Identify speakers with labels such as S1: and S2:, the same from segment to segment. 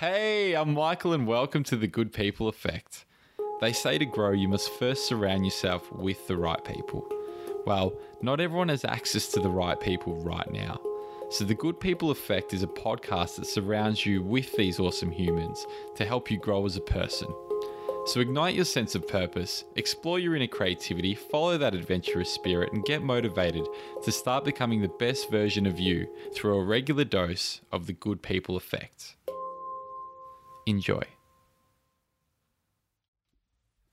S1: Hey, I'm Michael, and welcome to the Good People Effect. They say to grow, you must first surround yourself with the right people. Well, not everyone has access to the right people right now. So, the Good People Effect is a podcast that surrounds you with these awesome humans to help you grow as a person. So, ignite your sense of purpose, explore your inner creativity, follow that adventurous spirit, and get motivated to start becoming the best version of you through a regular dose of the Good People Effect. Enjoy.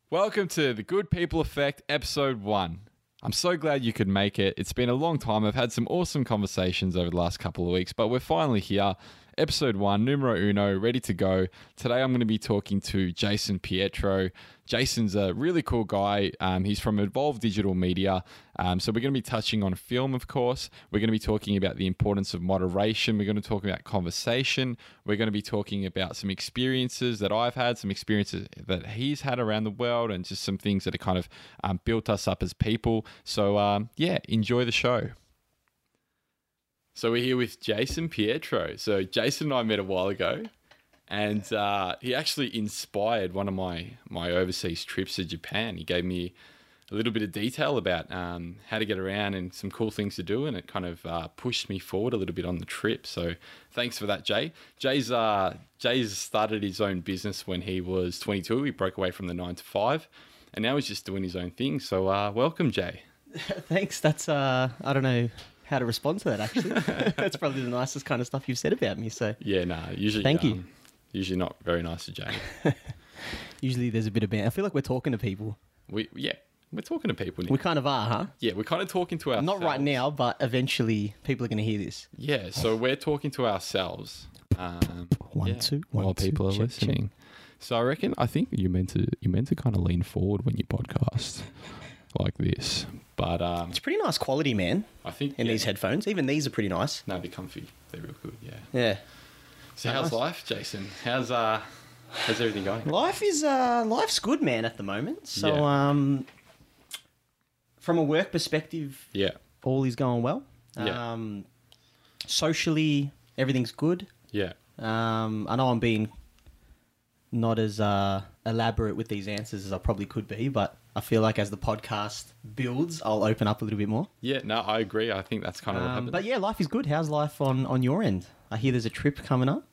S1: Welcome to the Good People Effect, Episode 1. I'm so glad you could make it. It's been a long time. I've had some awesome conversations over the last couple of weeks, but we're finally here. Episode 1, numero uno, ready to go. Today I'm going to be talking to Jason Pietro. Jason's a really cool guy. Um, he's from Evolve Digital Media. Um, so we're going to be touching on film, of course. We're going to be talking about the importance of moderation. We're going to talk about conversation. We're going to be talking about some experiences that I've had, some experiences that he's had around the world, and just some things that have kind of um, built us up as people. So, um, yeah, enjoy the show. So, we're here with Jason Pietro. So, Jason and I met a while ago. And uh, he actually inspired one of my, my overseas trips to Japan. He gave me a little bit of detail about um, how to get around and some cool things to do, and it kind of uh, pushed me forward a little bit on the trip. So thanks for that, Jay. Jay's uh, Jay's started his own business when he was 22. He broke away from the nine to five, and now he's just doing his own thing. So uh, welcome, Jay.
S2: Thanks. That's uh, I don't know how to respond to that. Actually, that's probably the nicest kind of stuff you've said about me. So
S1: Yeah, nah, usually um,
S2: Thank you.
S1: Usually not very nice to Jay.
S2: usually there's a bit of ban. I feel like we're talking to people.
S1: We yeah, we're talking to people. Now.
S2: We kind of are, huh?
S1: yeah, we're kind of talking to ourselves.
S2: Not right now, but eventually people are going to hear this.
S1: Yeah, so we're talking to ourselves. Um,
S2: One, two, one,
S1: while
S2: two,
S1: people are
S2: check, check.
S1: listening. So I reckon I think you meant to you meant to kind of lean forward when you podcast like this, but um,
S2: It's pretty nice quality, man.
S1: I think
S2: In
S1: yeah,
S2: these headphones, even these are pretty nice.
S1: no, they're comfy. They're real good. Yeah.
S2: Yeah.
S1: So how's
S2: Nice.
S1: life, Jason? How's uh how's everything going?
S2: Life is uh, life's good, man, at the moment. So
S1: Yeah.
S2: um, from a work perspective,
S1: Yeah,
S2: all is going well.
S1: Yeah.
S2: Um, socially, everything's good.
S1: yeah,
S2: Um, I know I'm being not as uh, elaborate with these answers as I probably could be, but I feel like as the podcast builds, I'll open up a little bit more.
S1: yeah. No, I agree. I think that's kind of what
S2: Um,
S1: happened.
S2: but yeah, life is good. How's life on on your end? I hear there's a trip coming up.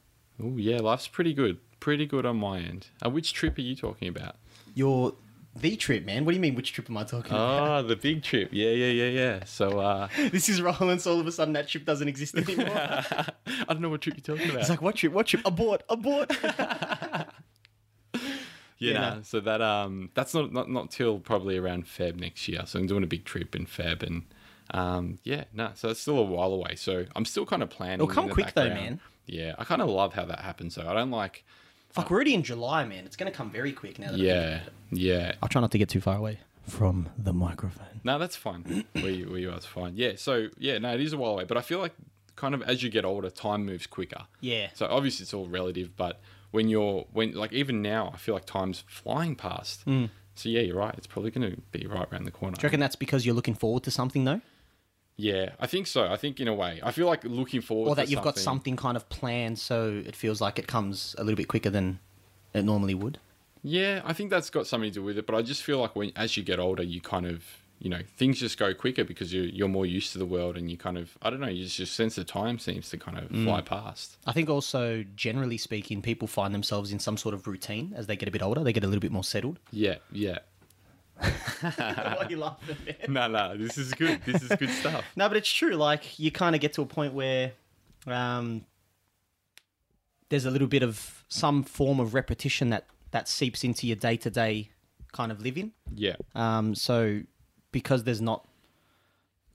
S1: Oh yeah, life's pretty good. Pretty good on my end. Uh, which trip are you talking about?
S2: Your the trip, man. What do you mean? Which trip am I talking about?
S1: Ah, the big trip. Yeah, yeah, yeah, yeah. So uh,
S2: This is Rollins. All of a sudden, that trip doesn't exist anymore.
S1: I don't know what trip you're talking about.
S2: It's like what trip? What trip? Abort! Abort!
S1: Yeah,
S2: Yeah,
S1: nah,
S2: no.
S1: so that um, that's not, not not till probably around Feb next year. So I'm doing a big trip in Feb, and um, yeah, no, so it's still a while away. So I'm still kind of planning.
S2: It'll come
S1: in the
S2: quick though,
S1: background.
S2: man.
S1: Yeah, I kind of love how that happens. though. I don't like.
S2: Fuck, we're already in July, man. It's gonna come very quick now. That I think
S1: Yeah, yeah.
S2: I'll try not to get too far away from the microphone.
S1: No, that's fine. where you where you are is fine. Yeah, so yeah, no, it is a while away, but I feel like kind of as you get older, time moves quicker.
S2: Yeah.
S1: So obviously it's all relative, but when you're when like even now, I feel like time's flying past. So yeah, you're right. It's probably going to be right around the corner.
S2: Mm. Do you reckon that's because you're looking forward to something though,
S1: Yeah, I think so. I think in a way, I feel like looking forward.
S2: or that
S1: to
S2: you've got something kind of planned, so it feels like it comes a little bit quicker than it normally would?
S1: Yeah, I think that's got something to do with it. But I just feel like when as you get older, you kind of you know things just go quicker because you're you're more used to the world and you kind of I don't know. You just your sense of time seems to kind of
S2: Mm.
S1: fly past.
S2: I think also, generally speaking, people find themselves in some sort of routine as they get a bit older. They get a little bit more settled.
S1: Yeah, yeah.
S2: Why are you laughing, man?
S1: No, no, this is good. This is good stuff.
S2: No, but it's true. Like you kind of get to a point where um, there's a little bit of some form of repetition that that seeps into your day to day kind of living.
S1: Yeah,
S2: Um, so because there's not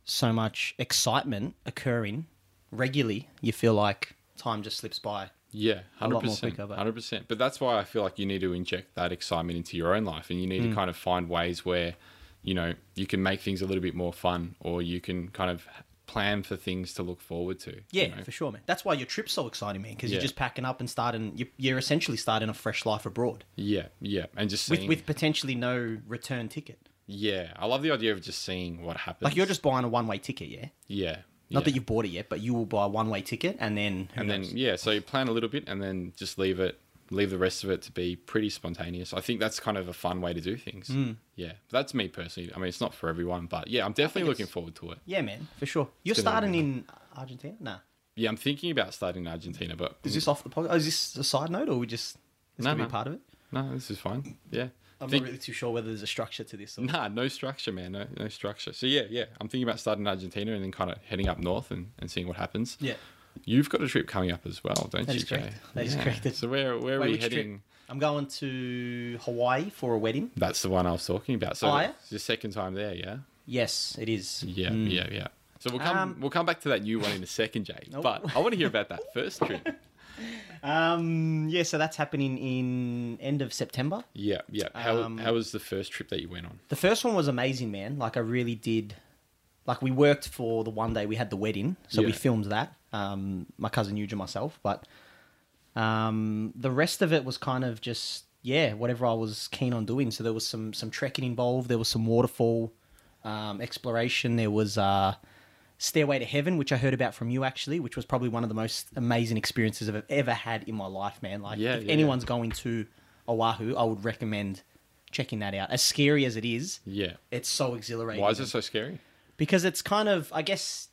S2: so much excitement occurring regularly, you feel like time just slips by.
S1: yeah, hundred
S2: lot more
S1: percent,
S2: quicker, but-
S1: hundred percent. But that's why I feel like you need to inject that excitement into your own life, and you
S2: Mm.
S1: need to kind of find ways where you know you can make things a little bit more fun, or you can kind of plan for things to look forward to. you
S2: Yeah,
S1: know?
S2: for sure, man. That's why your trip's so exciting, man, because
S1: Yeah.
S2: you're just packing up and starting. You're, you're essentially starting a fresh life abroad
S1: Yeah, yeah, and just
S2: with,
S1: seeing.
S2: with potentially no return ticket.
S1: yeah, I love the idea of just seeing what happens.
S2: Like you're just buying a one way ticket, yeah.
S1: yeah,
S2: Not that
S1: Yeah.
S2: you've bought it yet, but you will buy a one way ticket and then who
S1: and then
S2: knows?
S1: yeah so you plan a little bit and then just leave it leave the rest of it to be pretty spontaneous i think that's kind of a fun way to do things
S2: Mm.
S1: yeah that's me personally i mean it's not for everyone but yeah i'm definitely looking
S2: it's-
S1: forward to it
S2: yeah, man, for sure. You're
S1: gonna
S2: starting
S1: be-
S2: in Argentina? Nah.
S1: yeah i'm thinking about starting in argentina but
S2: Is this off the podcast? Oh, is this a side note or we just is
S1: No,
S2: gonna
S1: no.
S2: be part of it?
S1: no this is fine yeah
S2: I'm
S1: Think-
S2: not really too sure whether there's a structure to this. Or...
S1: Nah, no structure, man. No, no structure. So yeah, yeah. I'm thinking about starting in Argentina and then kind of heading up north and, and seeing what happens.
S2: Yeah.
S1: You've got a trip coming up as well, don't
S2: That
S1: you?
S2: is correct.
S1: Jay?
S2: That is correct.
S1: So where where are
S2: Wait,
S1: we
S2: which trip?
S1: heading?
S2: I'm going to Hawaii for a wedding.
S1: That's the one I was talking about. So
S2: Oh, yeah?
S1: it's your second time there, yeah,
S2: Yes, it is. Mm.
S1: yeah, yeah, yeah. So we'll come
S2: Hmm. Um,
S1: we'll come back to that new one in a second, Jay.
S2: Nope.
S1: But I want to hear about that first trip.
S2: Um, yeah, so that's happening in end of September.
S1: Yeah, yeah. How
S2: Um,
S1: how was the first trip that you went on?
S2: The first one was amazing, man. Like I really did. Like we worked for the one day we had the wedding, so we
S1: Yeah.
S2: filmed that. Um, my cousin Huge and myself, but um, the rest of it was kind of just yeah, whatever I was keen on doing. So there was some some trekking involved. There was some waterfall um, exploration. There was uh, Stairway to Heaven, which I heard about from you actually, which was probably one of the most amazing experiences I've ever had in my life, man. Like
S1: Yeah,
S2: if
S1: yeah, yeah.
S2: anyone's going to Oahu, I would recommend checking that out. As scary as it is,
S1: Yeah.
S2: it's so exhilarating.
S1: Why is it so scary?
S2: Because it's kind of, I guess,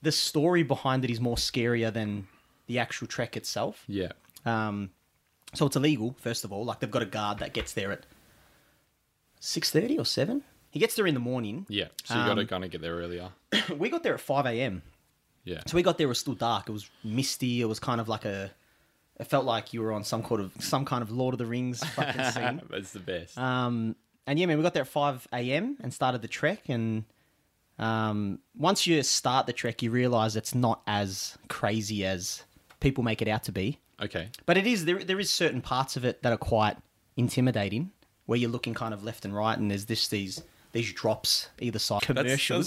S2: the story behind it is more scarier than the actual trek itself.
S1: Yeah,
S2: Um, so it's illegal, first of all. Like they've got a guard that gets there at six thirty or seven. He gets there in the morning.
S1: yeah. So you got to
S2: Um,
S1: kind of get there earlier.
S2: we got there at five a.m.
S1: Yeah,
S2: So we got there it was still dark. It was misty. It was kind of like a. It felt like you were on some kind of some kind of Lord of the Rings fucking scene.
S1: that's the best.
S2: Um, and yeah, man, we got there at 5 a.m. and started the trek. And um, once you start the trek, you realize it's not as crazy as people make it out to be.
S1: okay.
S2: But it is there. There is certain parts of it that are quite intimidating, where you're looking kind of left and right, and there's this these these drops either side.
S1: That
S2: Commercials,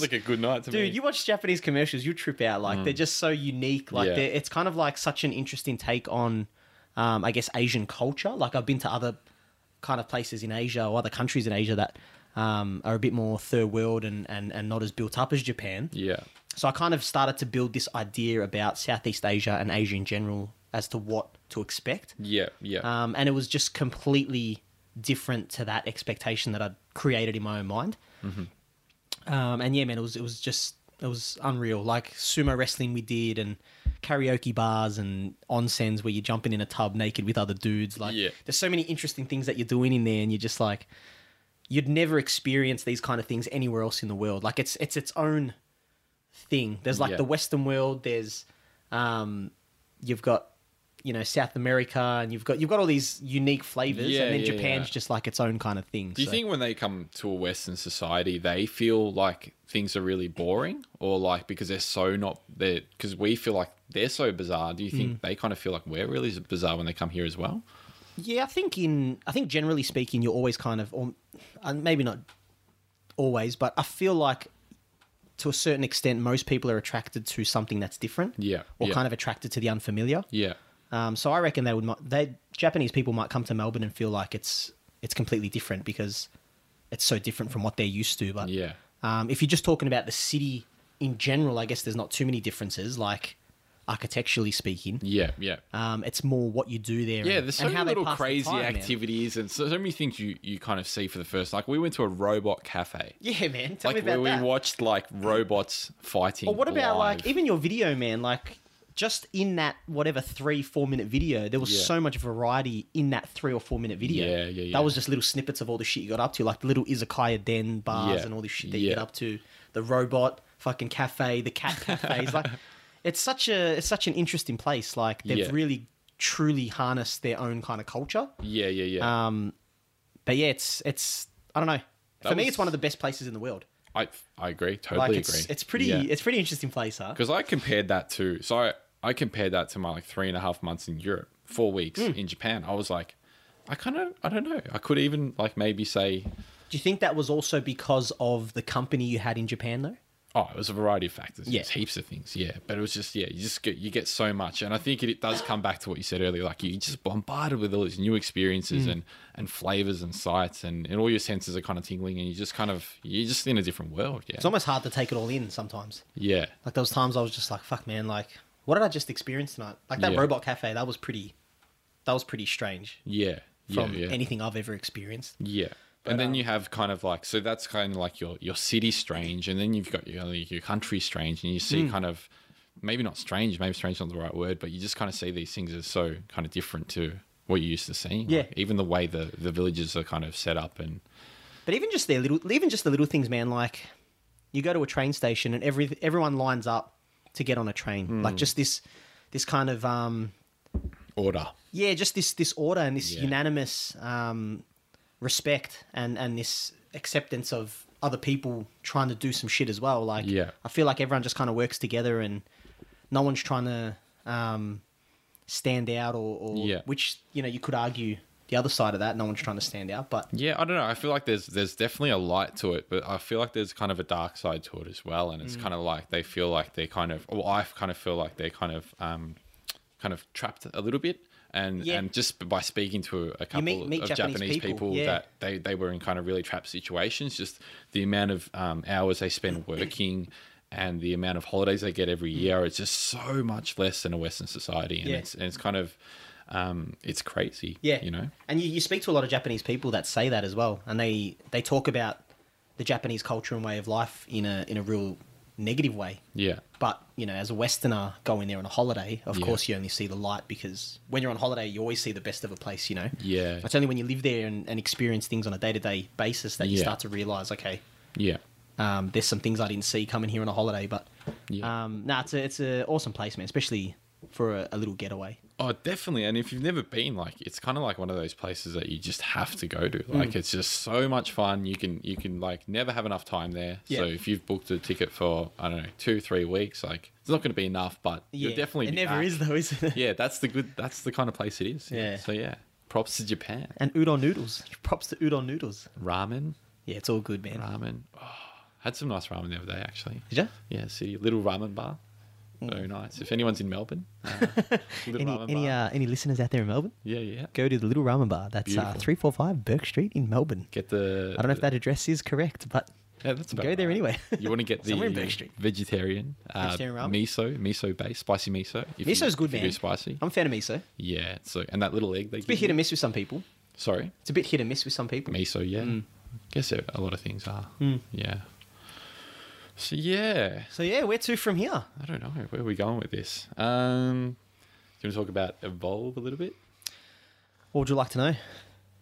S1: sounds like a good night to me. Mm.
S2: dude. You watch Japanese commercials, you trip out. Like they're just so unique. Like
S1: Yeah.
S2: they're it's kind of like such an interesting take on, um, I guess Asian culture. Like I've been to other kind of places in Asia or other countries in Asia that um, are a bit more third world and, and and not as built up as Japan.
S1: yeah.
S2: So I kind of started to build this idea about Southeast Asia and Asia in general as to what to expect.
S1: Yeah, yeah.
S2: Um, and it was just completely different to that expectation that I'd created in my own mind.
S1: Mm-hmm.
S2: Um, and yeah, man, it was it was just it was unreal. Like sumo wrestling we did, and karaoke bars and onsens where you're jumping in a tub naked with other dudes. Like,
S1: Yeah.
S2: there's so many interesting things that you're doing in there, and you're just like, you'd never experience these kind of things anywhere else in the world. Like, it's it's its own thing. There's like
S1: Yeah.
S2: the Western world. There's, um, you've got, you know, South America, and you've got you've got all these unique flavors,
S1: Yeah,
S2: and then
S1: yeah,
S2: Japan's
S1: yeah.
S2: just like its own kind of thing.
S1: Do you
S2: so-
S1: think when they come to a Western society, they feel like things are really boring, or like because they're so not they because we feel like they're so bizarre? Do you
S2: Mm.
S1: think they kind of feel like we're really bizarre when they come here as well?
S2: Yeah, I think in I think generally speaking, you're always kind of, or uh, maybe not always, but I feel like to a certain extent, most people are attracted to something that's different.
S1: Yeah,
S2: or
S1: yeah.
S2: kind of attracted to the unfamiliar.
S1: Yeah,
S2: Um, so I reckon they would mi- they Japanese people might come to Melbourne and feel like it's it's completely different because it's so different from what they're used to. But
S1: yeah,
S2: um, if you're just talking about the city in general, I guess there's not too many differences, like architecturally speaking.
S1: yeah, yeah.
S2: Um, it's more what you do there.
S1: Yeah,
S2: and-
S1: there's so
S2: and how
S1: many
S2: they
S1: little
S2: pass the
S1: crazy
S2: time, man.
S1: activities and so, so many things you, you kind of see for the first. Like we went to a robot cafe,
S2: Yeah, man. Tell me
S1: like where
S2: about
S1: we
S2: that.
S1: watched like robots fighting.
S2: Or what about
S1: live.
S2: like even your video, man? Like just in that whatever three four minute video, there was
S1: Yeah.
S2: so much variety in that three or four minute video.
S1: Yeah, yeah, yeah.
S2: That was just little snippets of all the shit you got up to, like the little izakaya den bars
S1: Yeah,
S2: and all this shit that
S1: yeah.
S2: you get up to, the robot fucking cafe, the cat cafes. like it's such a it's such an interesting place. Like they've
S1: Yeah.
S2: really truly harnessed their own kind of culture.
S1: yeah, yeah, yeah.
S2: Um, but yeah, it's it's I don't know.
S1: That
S2: For me,
S1: was-
S2: it's one of the best places in the world.
S1: I I agree, totally
S2: Like
S1: agree.
S2: it's it's pretty
S1: Yeah.
S2: it's pretty interesting place, huh?
S1: Because I compared that to so I, I compared that to my like three and a half months in Europe, four weeks
S2: Hmm.
S1: in Japan. I was like, I kind of I don't know. I could even like maybe say
S2: Do you think that was also because of the company you had in Japan, though?
S1: Oh, it was a variety of factors.
S2: Yeah.
S1: Yeah. heaps of things. Yeah. But it was just, yeah, you just get, you get so much. And I think it, it does come back to what you said earlier. Like you're just bombarded with all these new experiences
S2: Mm.
S1: and, and flavors and sights and, and all your senses are kind of tingling and you just kind of, you're just in a different world. Yeah.
S2: It's almost hard to take it all in sometimes.
S1: yeah.
S2: Like those times I was just like, fuck man, like what did I just experience tonight? Like that
S1: Yeah.
S2: robot cafe, that was pretty that was pretty strange
S1: Yeah. Yeah.
S2: from
S1: yeah.
S2: anything I've ever experienced.
S1: Yeah. and then you have kind of like so that's kind of like your your city strange, and then you've got your your country strange, and you see kind of maybe not strange, maybe strange is not the right word, but you just kind of see these things as so kind of different to what you're used to seeing.
S2: Yeah.
S1: Like, even the way the the villages are kind of set up, and
S2: But even just their little even just the little things, man, like you go to a train station and every everyone lines up to get on a train. Like
S1: Hmm.
S2: just this this kind of um
S1: order.
S2: yeah, just this this order and this
S1: Yeah.
S2: unanimous um, respect and and this acceptance of other people trying to do some shit as well. Like,
S1: Yeah.
S2: I feel like everyone just kind of works together and no one's trying to um, stand out or, or
S1: Yeah.
S2: which you know you could argue the other side of that. No one's trying to stand out, but
S1: Yeah, I don't know. I feel like there's there's definitely a light to it, but I feel like there's kind of a dark side to it as well. And it's
S2: Mm.
S1: kind of like they feel like they're kind of, well, I kind of feel like they're kind of, um, kind of trapped a little bit. And
S2: Yeah.
S1: and just by speaking to a couple
S2: meet- meet
S1: of
S2: Japanese
S1: Japanese,
S2: people,
S1: people,
S2: yeah.
S1: that they, they were in kind of really trapped situations, just the amount of um, hours they spend working and the amount of holidays they get every year, it's just so much less than a Western society. And
S2: Mm. Yeah.
S1: it's and it's kind of, um, it's crazy.
S2: Yeah,
S1: You know?
S2: and you, you speak to a lot of Japanese people that say that as well, and they they talk about the Japanese culture and way of life in a in a real negative way.
S1: Yeah.
S2: But you know, as a Westerner going there on a holiday, of
S1: Yeah.
S2: course you only see the light because when you're on holiday, you always see the best of a place. You know,
S1: Yeah.
S2: it's only when you live there and, and experience things on a day to day basis that you
S1: Yeah.
S2: start to realize, okay,
S1: Yeah.
S2: um, there's some things I didn't see coming here on a holiday. But
S1: Yeah.
S2: um, no, it's a it's a awesome place, man, especially for a, a little getaway.
S1: Oh, definitely. And if you've never been, like, it's kind of like one of those places that you just have to go to.
S2: Mm.
S1: Like, it's just so much fun. You can, you can like never have enough time there.
S2: Yeah.
S1: So if you've booked a ticket for, I don't know, two, three weeks, like, it's not going to be enough, but you'll definitely
S2: it
S1: be
S2: never
S1: back.
S2: is though, is it?
S1: Yeah. That's the good, that's the kind of place it is.
S2: Yeah.
S1: So yeah, props to Japan.
S2: And udon noodles. Props to udon noodles.
S1: Ramen,
S2: Yeah, it's all good, man.
S1: ramen. Oh, had some nice ramen the other day, actually.
S2: Did you?
S1: Yeah. City, little ramen bar. Very nice. If anyone's in Melbourne, uh, little
S2: Any
S1: ramen
S2: any
S1: bar.
S2: uh, any listeners out there in Melbourne?
S1: yeah, yeah.
S2: go to the Little Ramen Bar. That's uh,
S1: Beautiful.
S2: 345 Burke Street in Melbourne.
S1: Get the.
S2: I don't know if that address is correct, but
S1: Yeah, that's about
S2: Go there
S1: right.
S2: anyway.
S1: You want to get the uh,
S2: Somewhere in Burke Street.
S1: vegetarian, uh,
S2: Vegetarian ramen?
S1: miso, miso base, spicy miso. If you-
S2: Miso's good,
S1: if you
S2: man.
S1: Do spicy.
S2: I'm a fan of miso. It's
S1: Yeah, so and that little egg they
S2: a bit
S1: give
S2: hit
S1: you-
S2: and miss Mm. with some people.
S1: Sorry,
S2: It's a bit hit and miss with some people.
S1: miso. Yeah, guess it, a lot of things are.
S2: Mm.
S1: Yeah. So yeah,
S2: So yeah, where to from here?
S1: I don't know where are we going with this. Um, do you want to talk about evolve a little bit?
S2: What would you like to know?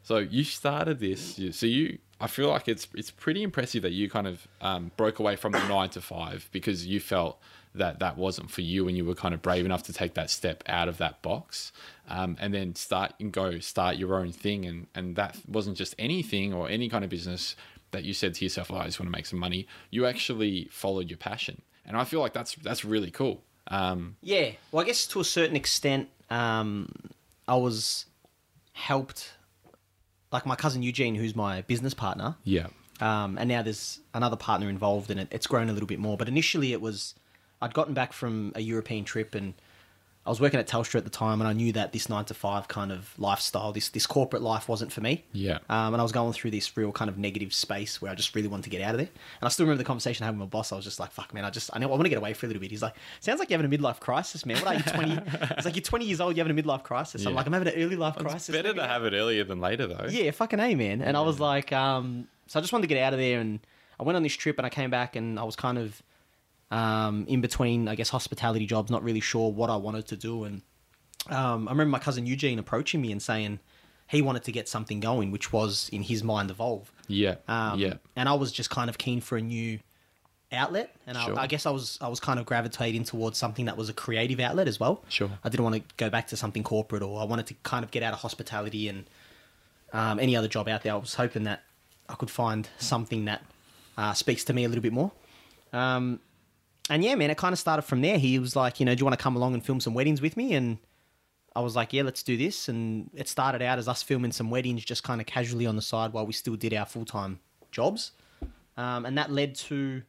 S1: So you started this. you- So you, I feel like it's it's pretty impressive that you kind of um, broke away from the nine to five because you felt that that wasn't for you, and you were kind of brave enough to take that step out of that box, um, and then start and go start your own thing, and and that wasn't just anything or any kind of business that you said to yourself, oh, I just want to make some money. You actually followed your passion, and I feel like that's that's really cool. Um,
S2: Yeah, well, I guess to a certain extent, um, I was helped. Like my cousin Eugene, who's my business partner,
S1: yeah,
S2: um, and now there's another partner involved in it. It's grown a little bit more, but initially it was I'd gotten back from a European trip and I was working at Telstra at the time, and I knew that this nine to five kind of lifestyle, this this corporate life, wasn't for me.
S1: Yeah.
S2: Um, and I was going through this real kind of negative space where I just really wanted to get out of there. And I still remember the conversation I had with my boss. I was just like, "Fuck, man, I just I know I want to get away for a little bit." He's like, "Sounds like you're having a midlife crisis, man. What are you 20? It's like you're 20 years old. You're having a midlife crisis." I'm
S1: Yeah.
S2: like, "I'm having an early life
S1: it's
S2: crisis."
S1: better
S2: Maybe
S1: to have it earlier than later, though.
S2: yeah, fucking A, man. And I was like, um, so I just wanted to get out of there. And I went on this trip and I came back and I was kind of um, in between, I guess, hospitality jobs, not really sure what I wanted to do. And um, I remember my cousin Eugene approaching me and saying he wanted to get something going, which was, in his mind, Evolve.
S1: yeah,
S2: Um,
S1: yeah.
S2: And I was just kind of keen for a new outlet, and
S1: Sure.
S2: I, I guess I was I was kind of gravitating towards something that was a creative outlet as well.
S1: Sure.
S2: I didn't want to go back to something corporate, or I wanted to kind of get out of hospitality and um, any other job out there. I was hoping that I could find something that uh, speaks to me a little bit more. Um, and yeah, man, it kind of started from there. He was like, you know, do you want to come along and film some weddings with me? And I was like, yeah, let's do this. And it started out as us filming some weddings just kind of casually on the side while we still did our full time jobs. Um, and that led to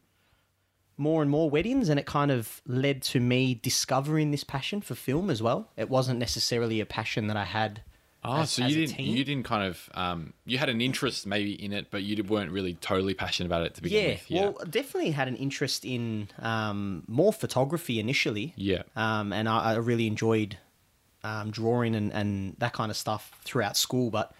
S2: more and more weddings, and it kind of led to me discovering this passion for film as well. It wasn't necessarily a passion that I had.
S1: Ah,
S2: as-
S1: so
S2: as
S1: you
S2: a
S1: didn't
S2: teen.
S1: you didn't kind of um, you had an interest maybe in it, but you d- weren't really totally passionate about it to begin
S2: yeah,
S1: with. Yeah,
S2: well, I definitely had an interest in um, more photography initially.
S1: Yeah.
S2: Um, and I, I really enjoyed um, drawing and, and that kind of stuff throughout school. But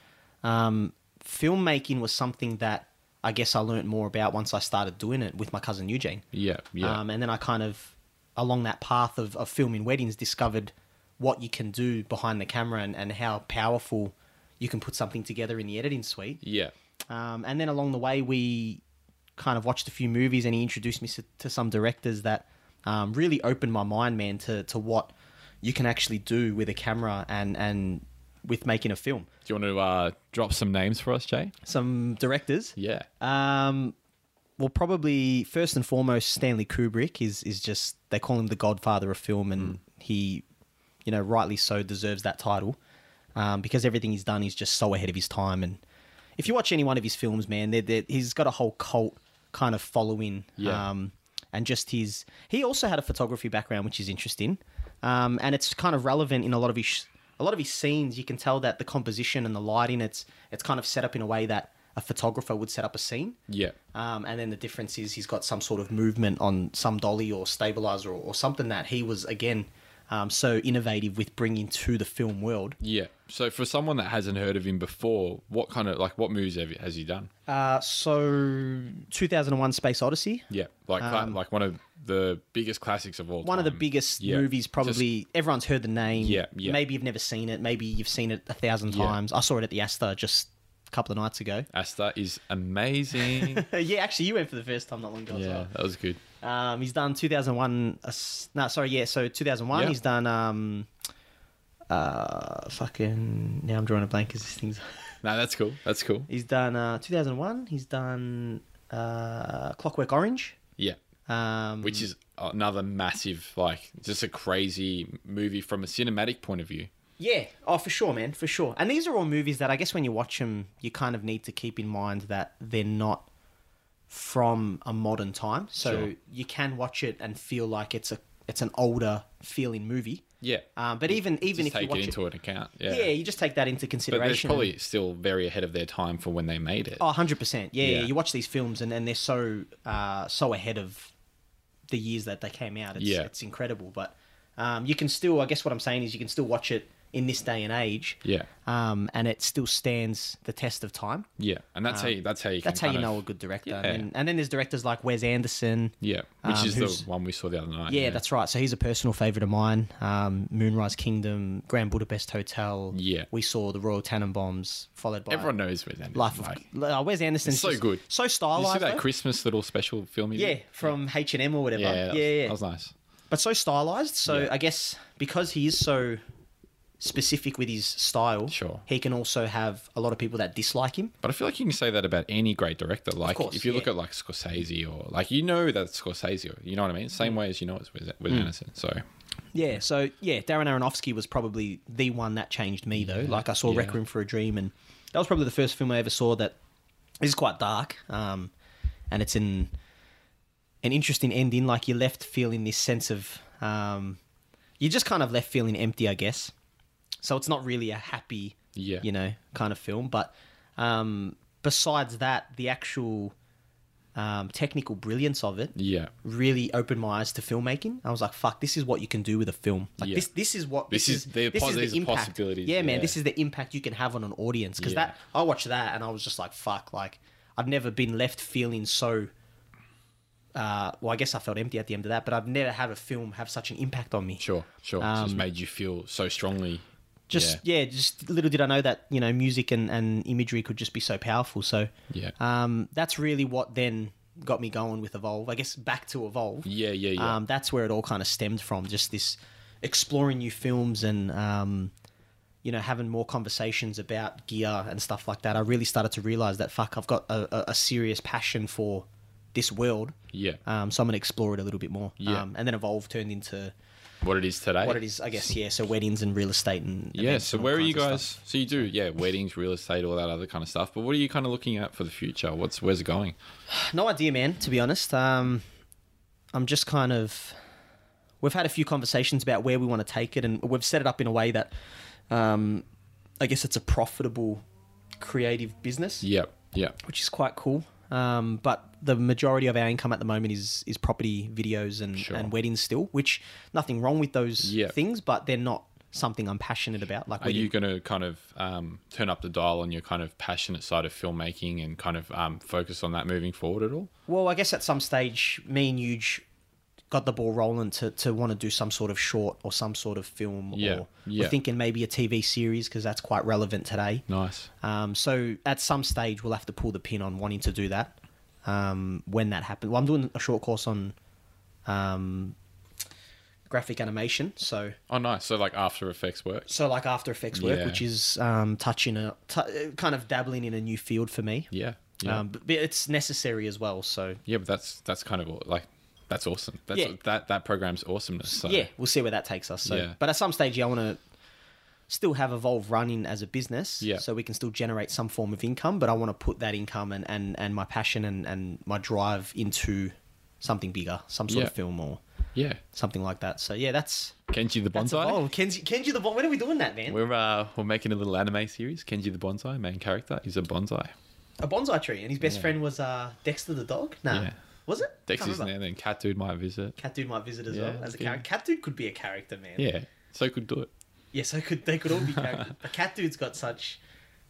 S2: um, filmmaking was something that I guess I learnt more about once I started doing it with my cousin Eugene.
S1: yeah, yeah.
S2: Um, and then I kind of, along that path of, of filming weddings, discovered what you can do behind the camera and, and how powerful you can put something together in the editing suite.
S1: yeah.
S2: Um, and then along the way, we kind of watched a few movies, and he introduced me s- to some directors that um, really opened my mind, man, to, to what you can actually do with a camera and, and with making a film.
S1: Do you want to uh, drop some names for us, Jay?
S2: Some directors.
S1: Yeah.
S2: Um, well, probably first and foremost, Stanley Kubrick is is just they call him the Godfather of film, and he, you know, rightly so deserves that title um, because everything he's done is just so ahead of his time. And if you watch any one of his films, man, they're, they're, he's got a whole cult kind of following.
S1: Yeah.
S2: Um, and just his, he also had a photography background, which is interesting, um, and it's kind of relevant in a lot of his a lot of his scenes. You can tell that the composition and the lighting, it's it's kind of set up in a way that a photographer would set up a scene.
S1: Yeah.
S2: Um, and then the difference is he's got some sort of movement on some dolly or stabilizer or, or something that he was again um, so innovative with bringing to the film world.
S1: Yeah. So for someone that hasn't heard of him before, what kind of like what movies have, has he done?
S2: Uh, so 2001: Space Odyssey,
S1: Yeah, like cla- like one of the biggest classics of all.
S2: Um, one of the
S1: time.
S2: biggest
S1: Um, Yeah.
S2: movies probably everyone's heard the name.
S1: Yeah, yeah.
S2: Maybe you've never seen it. Maybe you've seen it a thousand
S1: Yeah.
S2: times. I saw it at the Astor just a couple of nights ago.
S1: Asta is amazing.
S2: yeah, actually, you went for the first time not long ago. as well.
S1: yeah, that was good.
S2: Um, he's done 2001. Uh, s- no, sorry, yeah. So 2001.
S1: Yeah.
S2: He's done. Um, uh, fucking. Now I'm drawing a blank because this thing's.
S1: No, that's cool. That's cool.
S2: he's done uh, 2001. He's done uh, Clockwork Orange.
S1: Yeah.
S2: Um,
S1: Which is another massive, like, just a crazy movie from a cinematic point of view.
S2: yeah, oh for sure, man, for sure. And these are all movies that I guess when you watch them, you kind of need to keep in mind that they're not from a modern time. So
S1: Sure.
S2: you can watch it and feel like it's a it's an older feeling movie.
S1: Yeah.
S2: Um, but even
S1: just
S2: even if
S1: take
S2: you watch
S1: it
S2: it,
S1: into an account. Yeah.
S2: Yeah. you just take that into
S1: but they're
S2: consideration.
S1: probably still very ahead of their time for when they made it.
S2: oh, 100%. Yeah, yeah.
S1: Yeah.
S2: you watch these films and, and they're so uh, so ahead of the years that they came out. It's,
S1: Yeah.
S2: it's incredible. But um, you can still, I guess what I'm saying is you can still watch it in this day and age.
S1: Yeah.
S2: Um, and it still stands the test of time.
S1: Yeah. And that's how you, that's how you
S2: Um, That's
S1: can
S2: how you
S1: kind of-
S2: know a good director.
S1: Yeah.
S2: And, and then there's directors like Wes Anderson.
S1: Yeah. Which
S2: um,
S1: is the
S2: who's-
S1: one we saw the other night.
S2: Yeah, that's right. So he's a personal favorite of mine. Um, Moonrise Kingdom, Grand Budapest Hotel.
S1: Yeah.
S2: We saw the Royal Tannenbaums, followed by
S1: Everyone knows with that.
S2: Life
S1: like,
S2: of uh, Wes Anderson's
S1: It's so
S2: just
S1: good. Did
S2: so
S1: you
S2: stylized.
S1: see that
S2: though.
S1: Christmas little special film? he
S2: yeah,
S1: did?
S2: from H and M or whatever.
S1: Yeah. that
S2: Yeah,
S1: was-
S2: yeah,
S1: That was nice.
S2: but so stylized. So
S1: Yeah.
S2: I guess because he is so specific with his style,
S1: Sure.
S2: he can also have a lot of people that dislike him.
S1: But I feel like you can say that about any great director. Like
S2: course,
S1: if you look
S2: yeah.
S1: at like Scorsese or like you know that Scorsese, you know what I mean. Same
S2: Mm.
S1: way as you know it's Wes Wes Anderson. So
S2: Yeah. So yeah, Darren Aronofsky was probably the one that changed me though. Like I saw
S1: yeah.
S2: Requiem for a Dream, and that was probably the first film I ever saw that is quite dark. Um, and it's in an interesting ending. Like you're left feeling this sense of um, you're just kind of left feeling empty, I guess. So it's not really a happy,
S1: Yeah.
S2: you know, kind of film. But um, besides that, the actual um, technical brilliance of it
S1: yeah,
S2: really opened my eyes to filmmaking. I was like, "Fuck, this is what you can do with a film. Like
S1: Yeah.
S2: this, this is what
S1: This is the pos- these are possibilities,
S2: Yeah, man,
S1: yeah.
S2: this is the impact you can have on an audience. Because
S1: Yeah.
S2: that, I watched that and I was just like, "Fuck!" Like I've never been left feeling so. Uh, well, I guess I felt empty at the end of that, but I've never had a film have such an impact on me.
S1: sure, sure. It's
S2: Um,
S1: just made you feel so strongly.
S2: Just yeah. just little did I know that you know music and, and imagery could just be so powerful. So
S1: Yeah.
S2: um, that's really what then got me going with Evolve. I guess back to Evolve
S1: yeah, yeah, yeah, yeah.
S2: um, that's where it all kind of stemmed from just this exploring new films and um, you know having more conversations about gear and stuff like that i really started to realize that fuck i've got a, a, a serious passion for this world
S1: yeah.
S2: um, so i'm going to explore it a little bit more
S1: Yeah.
S2: um, and then evolve turned into
S1: what it is today.
S2: what it is i guess yeah so weddings and real estate and
S1: Yeah.
S2: events
S1: So
S2: and all
S1: where are
S2: kinds
S1: you
S2: of stuff.
S1: guys? So you do yeah, weddings, real estate, all that other kind of stuff. But what are you kind of looking at for the future? What's where's it going?
S2: no idea man to be honest um, I'm just kind of. We've had a few conversations about where we want to take it, and we've set it up in a way that, um, I guess it's a profitable, creative business,
S1: Yep. Yep.
S2: which is quite cool. Um, but the majority of our income at the moment is is property videos and,
S1: Sure.
S2: and weddings still, which nothing wrong with those
S1: Yeah.
S2: things, but they're not something I'm passionate about. Like
S1: Are you going to kind of um, turn up the dial on your kind of passionate side of filmmaking and kind of um, focus on that moving forward at all?
S2: Well, I guess at some stage, me and Huge got the ball rolling to, to want to do some sort of short or some sort of film.
S1: Yeah,
S2: Or
S1: yeah.
S2: We're thinking maybe a TV series because that's quite relevant today.
S1: Nice.
S2: Um, so at some stage, we'll have to pull the pin on wanting to do that. Um, when that happens, well, I'm doing a short course on um, graphic animation. So
S1: Oh, nice. So like After Effects works.
S2: so like After Effects work,
S1: Yeah.
S2: which is um, touching a t- kind of dabbling in a new field for me.
S1: Yeah. Yeah.
S2: Um, but but it's necessary as well. So
S1: yeah, but that's that's kind of all- like that's awesome. That's
S2: Yeah.
S1: that that program's awesomeness. So.
S2: yeah, we'll see where that takes us. So,
S1: Yeah.
S2: but at some stage, yeah, I want to still have Evolve running as a business,
S1: Yeah.
S2: so we can still generate some form of income. But I want to put that income and, and, and my passion and, and my drive into something bigger, some sort
S1: Yeah.
S2: of film or
S1: Yeah.
S2: something like that. So yeah, that's
S1: Kenji the
S2: that's
S1: Bonsai.
S2: Evolve. Kenji, Kenji the Bonsai. When are we doing that, man?
S1: We're uh, we're making a little anime series. Kenji the Bonsai, main character, is a bonsai.
S2: A bonsai tree, and his best friend was uh, Dexter the dog. Nah,
S1: Yeah.
S2: was it?
S1: Dex
S2: Can't
S1: is in
S2: remember.
S1: there, then Cat Dude might visit.
S2: Cat dude might visit as
S1: Yeah,
S2: well as a
S1: yeah.
S2: character. Cat dude could be a character, man.
S1: Yeah. So could do it.
S2: Yes, I could. They could all be characters. but Cat Dude's got such,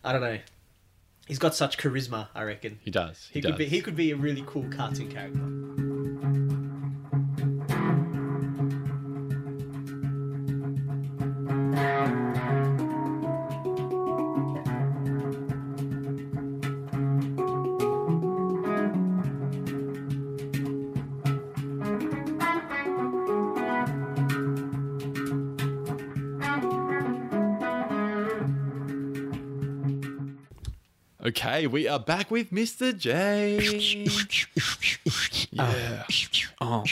S2: I don't know, he's got such charisma. I reckon
S1: He does.
S2: he,
S1: He,
S2: could
S1: does.
S2: be. He could be a really cool cartoon character.
S1: Okay, we are back with Mr. J.
S2: Oh.
S1: yeah. Oh.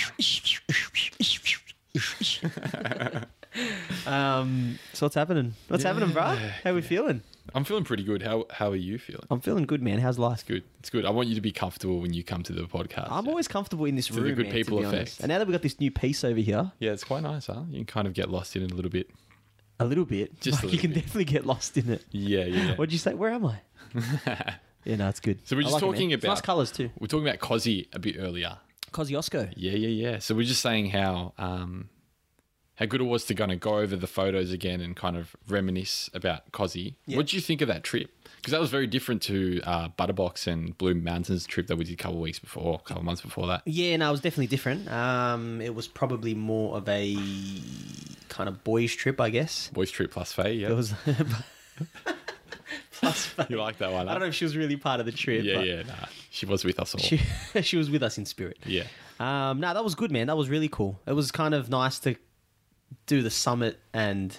S2: Um, so what's happening? What's happening, bro? How we feeling?
S1: I'm feeling pretty good. How how are you feeling?
S2: I'm feeling good, man. How's life?
S1: Good. It's good. I want you to be comfortable when you come to the podcast.
S2: I'm
S1: yeah.
S2: always comfortable in this
S1: the
S2: room,
S1: good
S2: man,
S1: people
S2: to be
S1: effect.
S2: honest. And now that we have got this new piece over here,
S1: Yeah, it's quite nice, huh? You can kind of get lost in it a little bit.
S2: a little bit,
S1: Just a
S2: like,
S1: little
S2: you can
S1: bit.
S2: definitely get lost in it.
S1: Yeah, yeah.
S2: What'd you say? Where am I? yeah, no, it's good.
S1: So we're
S2: I
S1: just
S2: like it, man.
S1: talking
S2: It's nice
S1: about-
S2: colours too.
S1: We're talking about Cozzy a bit earlier.
S2: Kosciuszko.
S1: Yeah, yeah, yeah. So we're just saying how um, how good it was to kind of go over the photos again and kind of reminisce about Cozzy.
S2: Yeah.
S1: What did you think of that trip? Because that was very different to uh, Butterbox and Blue Mountains trip that we did a couple of weeks before, a couple of months before that.
S2: Yeah, no, it was definitely different. Um, it was probably more of a kind of boys trip, I guess.
S1: Boys trip plus Faye. Yeah,
S2: It was plus.
S1: you like that one?
S2: I don't know if she was really part of the trip.
S1: Yeah,
S2: but
S1: yeah. Nah, she was with us all.
S2: She, she was with us in spirit.
S1: yeah,
S2: Um, no, that was good, man. That was really cool. It was kind of nice to do the summit and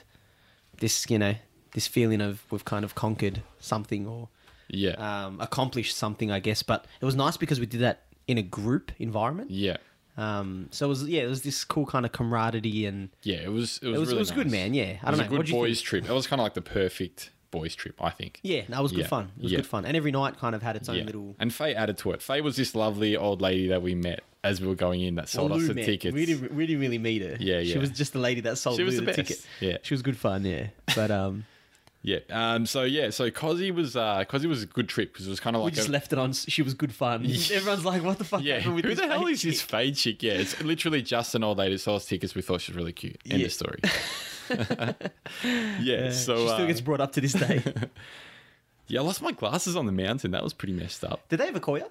S2: this, you know, this feeling of we've kind of conquered something or
S1: yeah,
S2: um, accomplished something, I guess. But it was nice because we did that in a group environment.
S1: yeah,
S2: Um, so it was yeah, it was this cool kind of camaraderie and
S1: yeah. It was it was
S2: it was
S1: really
S2: it was good,
S1: nice.
S2: man. Yeah, I
S1: it
S2: don't
S1: was
S2: know.
S1: a good
S2: What'd you
S1: boys
S2: think?
S1: trip. It was kind of like the perfect boys trip, I think.
S2: Yeah, no, it was good
S1: Yeah.
S2: fun. It was
S1: Yeah.
S2: good fun, and every night kind of had its own little.
S1: And Faye added to it. Faye was this lovely old lady that we met as we were going in that sold
S2: Well,
S1: us
S2: Lou
S1: the
S2: met-
S1: tickets.
S2: We didn't really, really meet her.
S1: Yeah,
S2: She
S1: yeah.
S2: was just the lady that sold
S1: She was
S2: Lou
S1: the
S2: the,
S1: best.
S2: ticket.
S1: Yeah.
S2: she was good fun. Yeah, but um,
S1: Yeah. Um. So yeah. So Cozzy was uh Cozzy was a good trip because it was kind of
S2: we
S1: like
S2: just
S1: a,
S2: left it on. s- She was good fun. Everyone's like, "What the fuck?"
S1: yeah.
S2: happened with
S1: Who
S2: this
S1: the hell
S2: lady?"
S1: is this Faye chick? Yeah. It's literally just an old lady that sold us tickets. We thought she was really cute. End
S2: Yeah.
S1: of story. yeah. So
S2: she
S1: uh,
S2: still gets brought up to this day.
S1: yeah, I lost my glasses on the mountain. That was pretty messed up.
S2: Did they ever call you?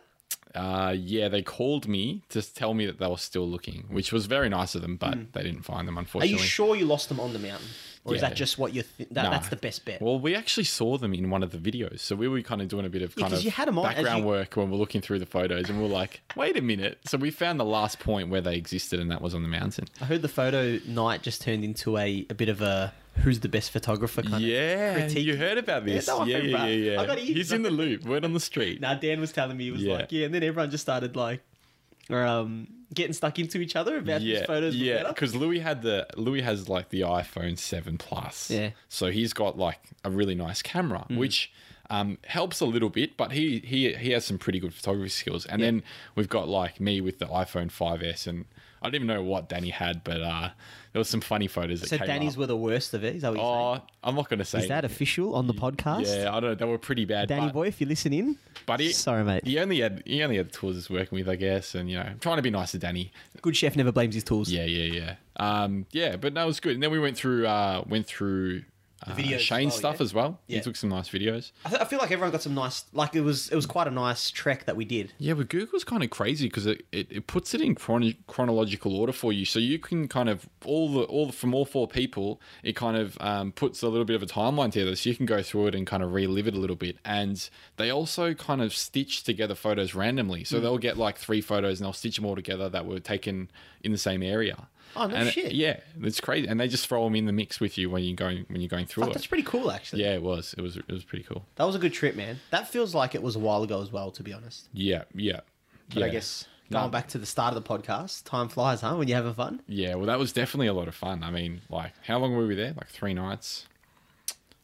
S1: Uh, yeah, they called me to tell me that they were still looking, which was very nice of them, but they didn't find them,
S2: Hmm. Are
S1: unfortunately.
S2: you sure you lost them on the mountain, or is
S1: Yeah.
S2: that just what you? Th- that,
S1: No.
S2: That's the best bet.
S1: Well, we actually saw them in one of the videos, so we were kind of doing a bit of kind
S2: 'cause
S1: of
S2: you had 'em on as
S1: background
S2: you-
S1: work when we we're looking through the photos, and we we're like, "Wait a minute!" So we found the last point where they existed, and that was on the mountain.
S2: I heard the photo night just turned into a, a bit of a who's the best photographer kind of.
S1: Yeah,
S2: critique.
S1: you heard about
S2: Yeah,
S1: this? Yeah,
S2: don't
S1: yeah,
S2: worry,
S1: yeah,
S2: bro.
S1: yeah.
S2: I gotta eat
S1: He's in the loop. Word on the street.
S2: Now Dan was telling me he was
S1: Yeah.
S2: like, yeah, and then everyone just started like, or, um, getting stuck into each other about
S1: yeah,
S2: these photos. were
S1: yeah,
S2: better.
S1: because Louis had the Louis has like the iPhone Seven Plus.
S2: Yeah. Hmm.
S1: so he's got like a really nice camera, which um, helps a little bit, but he he he has some pretty good photography skills. And then we've got like me with the iPhone 5S, and I don't even know what Danny had, but uh, there was some funny photos that
S2: So
S1: came
S2: Danny's
S1: up.
S2: were the worst of it. Is that what you're saying?
S1: Oh, I'm not going to say.
S3: Is that official on the podcast?
S1: yeah, I don't know. They were pretty bad.
S3: Danny
S1: but-
S3: boy, if you listen in,
S1: but he,
S3: sorry mate.
S1: he only had he only had the tools he's working with, I guess, and you know, I'm trying to be nice to Danny.
S2: Good chef never blames his tools.
S1: Yeah, yeah, yeah. Um, yeah, but no, it was good. And then we went through uh, went through uh,
S2: videos as
S1: Shane's
S2: well,
S1: stuff
S2: yeah?
S1: as well. He
S2: Yeah.
S1: took some nice videos.
S2: I, th- I feel like everyone got some nice. Like it was, it was quite a nice trek that we did.
S1: Yeah, but Google's kind of crazy because it, it, it puts it in chrono- chronological order for you, so you can kind of all the all the, from all four people, it kind of um, puts a little bit of a timeline together, so you can go through it and kind of relive it a little bit. And they also kind of stitch together photos randomly,
S2: Hmm.
S1: so they'll get like three photos and they'll stitch them all together that were taken in the same area.
S2: Oh, no
S1: And-
S2: shit.
S1: Yeah, it's crazy, and they just throw them in the mix with you when you're going when you're going through
S2: Fuck,
S1: it.
S2: that's pretty cool, actually.
S1: yeah, it was it was it was pretty cool.
S2: That was a good trip, man. That feels like it was a while ago as well, to be honest.
S1: Yeah, yeah.
S2: But I
S1: yeah.
S2: guess going
S1: No.
S2: back to the start of the podcast, time flies, huh? When you're having fun.
S1: Yeah, well, that was definitely a lot of fun. I mean, like, how long were we there? Like three nights,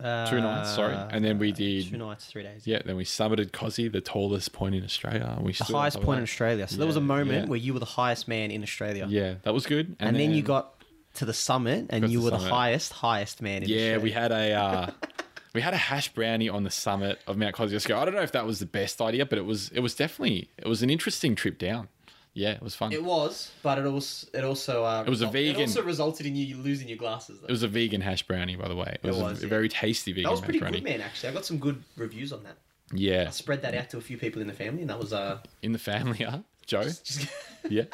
S2: Uh,
S1: two nights, sorry. And then we did,
S2: two nights, three days.
S1: yeah. Then we summited Cozzy, the tallest point in Australia. We
S2: The highest point in Australia. So there was a
S1: Yeah,
S2: moment
S1: yeah.
S2: where you were the highest man in Australia.
S1: Yeah, that was good.
S2: And, then, you got to the summit
S1: Got
S2: and you
S1: to
S2: were the
S1: summit.
S2: highest, highest man in
S1: yeah,
S2: Australia.
S1: we had a. Uh, We had a hash brownie on the summit of Mount Kosciuszko. I don't know if that was the best idea, but it was it was definitely it was an interesting trip down. Yeah, it was fun.
S2: It
S1: It,
S2: was, but it also it also uh,
S1: It was a
S2: result-
S1: vegan-
S2: It also resulted in you losing your glasses. Though.
S1: was a vegan hash brownie, by the way. It was, a,
S2: was, yeah.
S1: very tasty vegan
S2: that was
S1: hash
S2: pretty
S1: brownie.
S2: good, man. Actually, I got some good reviews on that.
S1: Yeah,
S2: I spread that out to a few people in the family, and that was uh,
S1: in the family, huh? Joe.
S2: just
S1: Yeah,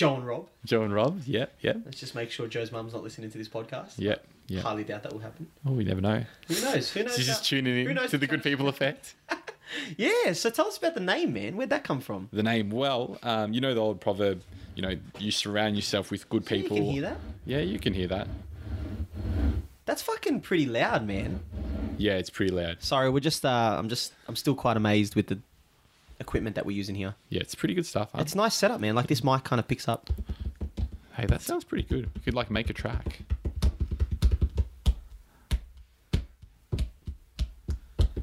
S2: Joe and Rob.
S1: Joe and Rob. Yeah, yeah,
S2: Let's just make sure Joe's mum's not listening to this podcast.
S1: yeah, yeah.
S2: Highly doubt that will happen.
S1: Oh, we never know.
S2: Who knows? Who knows?
S1: She's just
S2: how-
S1: tuning
S2: who
S1: in
S2: knows
S1: to the
S2: how-
S1: Good People Effect.
S2: Yeah. So tell us about the name, man. Where'd that come from?
S1: The name, well, um, you know the old proverb, you know, you surround yourself with good
S2: Yeah,
S1: people.
S2: You can hear that.
S1: Yeah, you can hear that.
S2: That's fucking pretty loud, man.
S1: Yeah, it's pretty loud.
S2: Sorry, we're just. Uh, I'm just. I'm still quite amazed with the equipment that we're using here.
S1: Yeah, it's pretty good stuff. Huh?
S2: It's a nice setup, man. Like this mic kind of picks up.
S1: Hey, that sounds pretty good. We could like make a track.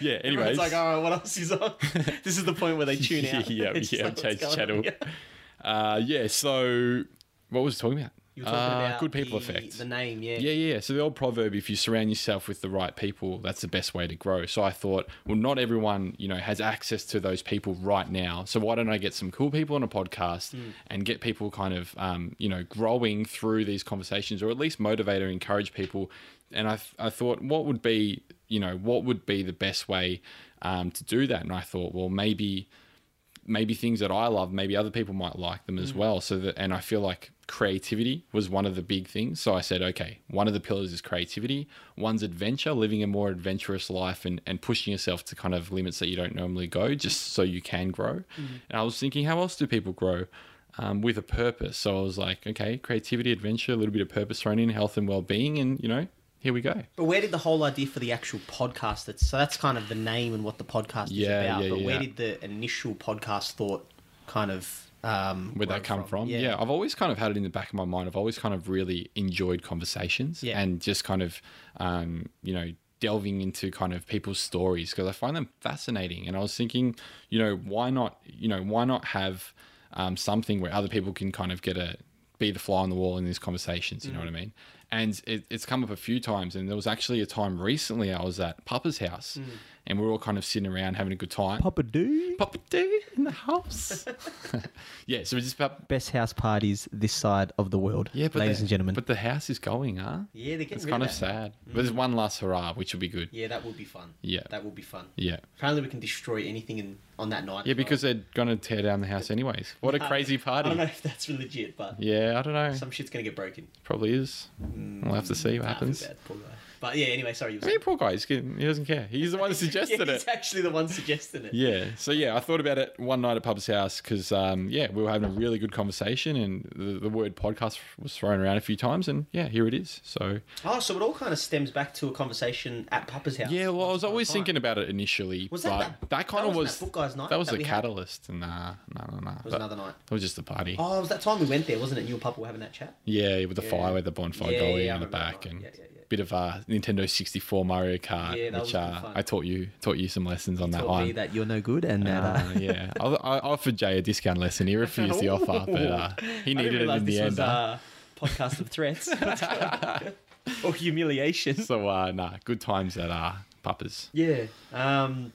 S1: Yeah. Anyways.
S2: It's like, "Oh." all right, what else is on? this is the point where they tune out.
S1: yeah,
S2: It's just
S1: yeah,
S2: like, what's
S1: change
S2: going on
S1: channel.
S2: here?
S1: Uh, yeah. So, what was I talking about?
S2: You were talking
S1: Uh,
S2: about
S1: good people
S2: the,
S1: effect.
S2: The name, yeah.
S1: Yeah, yeah. So the old proverb, if you surround yourself with the right people, that's the best way to grow. So I thought, well, not everyone, you know, has access to those people right now. So why don't I get some cool people on a podcast and get people kind of, um, you know, growing through these conversations, or at least motivate or encourage people. And I, I thought, what would be, you know, what would be the best way um, to do that? And I thought, well, maybe maybe things that I love, maybe other people might like them as well. So that, and I feel like creativity was one of the big things. So I said, okay, one of the pillars is creativity. One's adventure, living a more adventurous life and, and pushing yourself to kind of limits that you don't normally go just so you can grow. And I was thinking, how else do people grow? Um, with a purpose. So I was like, okay, creativity, adventure, a little bit of purpose thrown in, health and well being. And, you know, here we go.
S2: But where did the whole idea for the actual podcast? That's so that's kind of the name and what the podcast
S1: Yeah,
S2: is about.
S1: yeah,
S2: but
S1: yeah.
S2: where did the initial podcast thought kind of um,
S1: where
S2: grow
S1: that come from. Yeah. I've always kind of had it in the back of my mind. I've always kind of really enjoyed conversations
S2: Yeah.
S1: and just kind of, um, you know, delving into kind of people's stories because I find them fascinating. And I was thinking, you know, why not, you know, why not have um, something where other people can kind of get a be the fly on the wall in these conversations. You know what I mean? And it, it's come up a few times. And there was actually a time recently I was at Papa's house and we were all kind of sitting around having a good time.
S3: Papa do
S1: Papa D in the house. yeah, so we just pop,
S3: best house parties this side of the world.
S1: yeah, but
S3: ladies
S1: the,
S3: and gentlemen.
S1: But the house is going, huh?
S2: Yeah, they're getting
S1: It's
S2: rid
S1: kind
S2: of
S1: of
S2: that.
S1: sad. But there's one last hurrah, which will be good. Yeah.
S2: Yeah, that would be fun.
S1: Yeah.
S2: that would be fun.
S1: Yeah,
S2: Apparently, we can destroy anything in, on that night. as well.
S1: because they're gonna tear down the house anyways. What a
S2: Uh,
S1: crazy
S2: I
S1: party.
S2: don't know if that's legit, but
S1: Yeah, I don't know.
S2: some shit's gonna get broken.
S1: Probably is. We'll have to see what
S2: Nah, Mm, I feel
S1: happens.
S2: bad, poor guy. But yeah, anyway, sorry. You were
S1: I mean, poor guy. He's getting, he doesn't care. He's the one that suggested
S2: yeah,
S1: it.
S2: He's actually the one suggesting it.
S1: Yeah. So yeah, I thought about it one night at Pub's house because um, yeah, we were having a really good conversation, and the, the word podcast was thrown around a few times, and yeah, here it is. So
S2: Oh, so it all kind of stems back to a conversation at Papa's house.
S1: yeah, well, I was
S2: Once upon a
S1: always
S2: time.
S1: thinking about it initially,
S2: Was
S1: but
S2: that
S1: that,
S2: that-
S1: kind
S2: that
S1: of
S2: wasn't
S1: was
S2: that Book Guys night
S1: That was
S2: that
S1: the
S2: we had?
S1: catalyst. Nah, no, no, no. It
S2: was another night.
S1: It was just a party.
S2: Oh, it was that time we went there, wasn't it? And you and Papa were having that chat.
S1: Yeah, with the
S2: Yeah.
S1: fire, with the bonfire
S2: Yeah, yeah,
S1: going
S2: yeah, I
S1: in the
S2: remember that
S1: back,
S2: one.
S1: and
S2: Yeah, yeah, yeah.
S1: bit of uh, Nintendo sixty four Mario Kart,
S2: Yeah, that
S1: which
S2: was good
S1: uh,
S2: fun.
S1: I taught you taught you some lessons on that
S2: Told
S1: one.
S2: me that
S3: You're no good, and that, uh,
S1: Uh, yeah, I, I offered Jay a discount lesson. He refused the offer, but uh, he
S2: I didn't
S1: needed it
S2: realize
S1: in
S2: this
S1: the end.
S2: was
S1: huh?
S2: a podcast of threats or humiliation.
S1: So uh, nah, good times at uh, Papa's.
S2: Yeah. Um,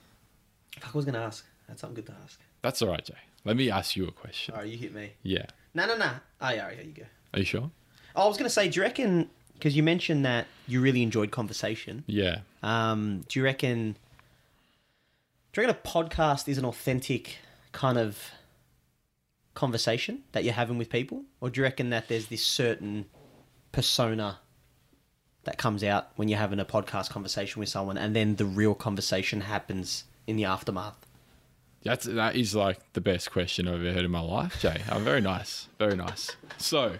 S2: fuck, I was gonna ask. That's something good to ask.
S1: That's all right, Jay. Let me ask you a question.
S2: All right, you hit me.
S1: Yeah,
S2: No, no, no. Oh, yeah, all right, here you go.
S1: are
S2: Oh,
S1: you sure?
S2: I was gonna say, do you reckon? Because you mentioned that you really enjoyed conversation.
S1: Yeah,
S2: Um, do you reckon? Do you reckon a podcast is an authentic kind of conversation that you're having with people, or do you reckon that there's this certain persona that comes out when you're having a podcast conversation with someone, and then the real conversation happens in the aftermath?
S1: that's that is like the best question I've ever heard in my life, Jay. Oh, very nice, very nice. So,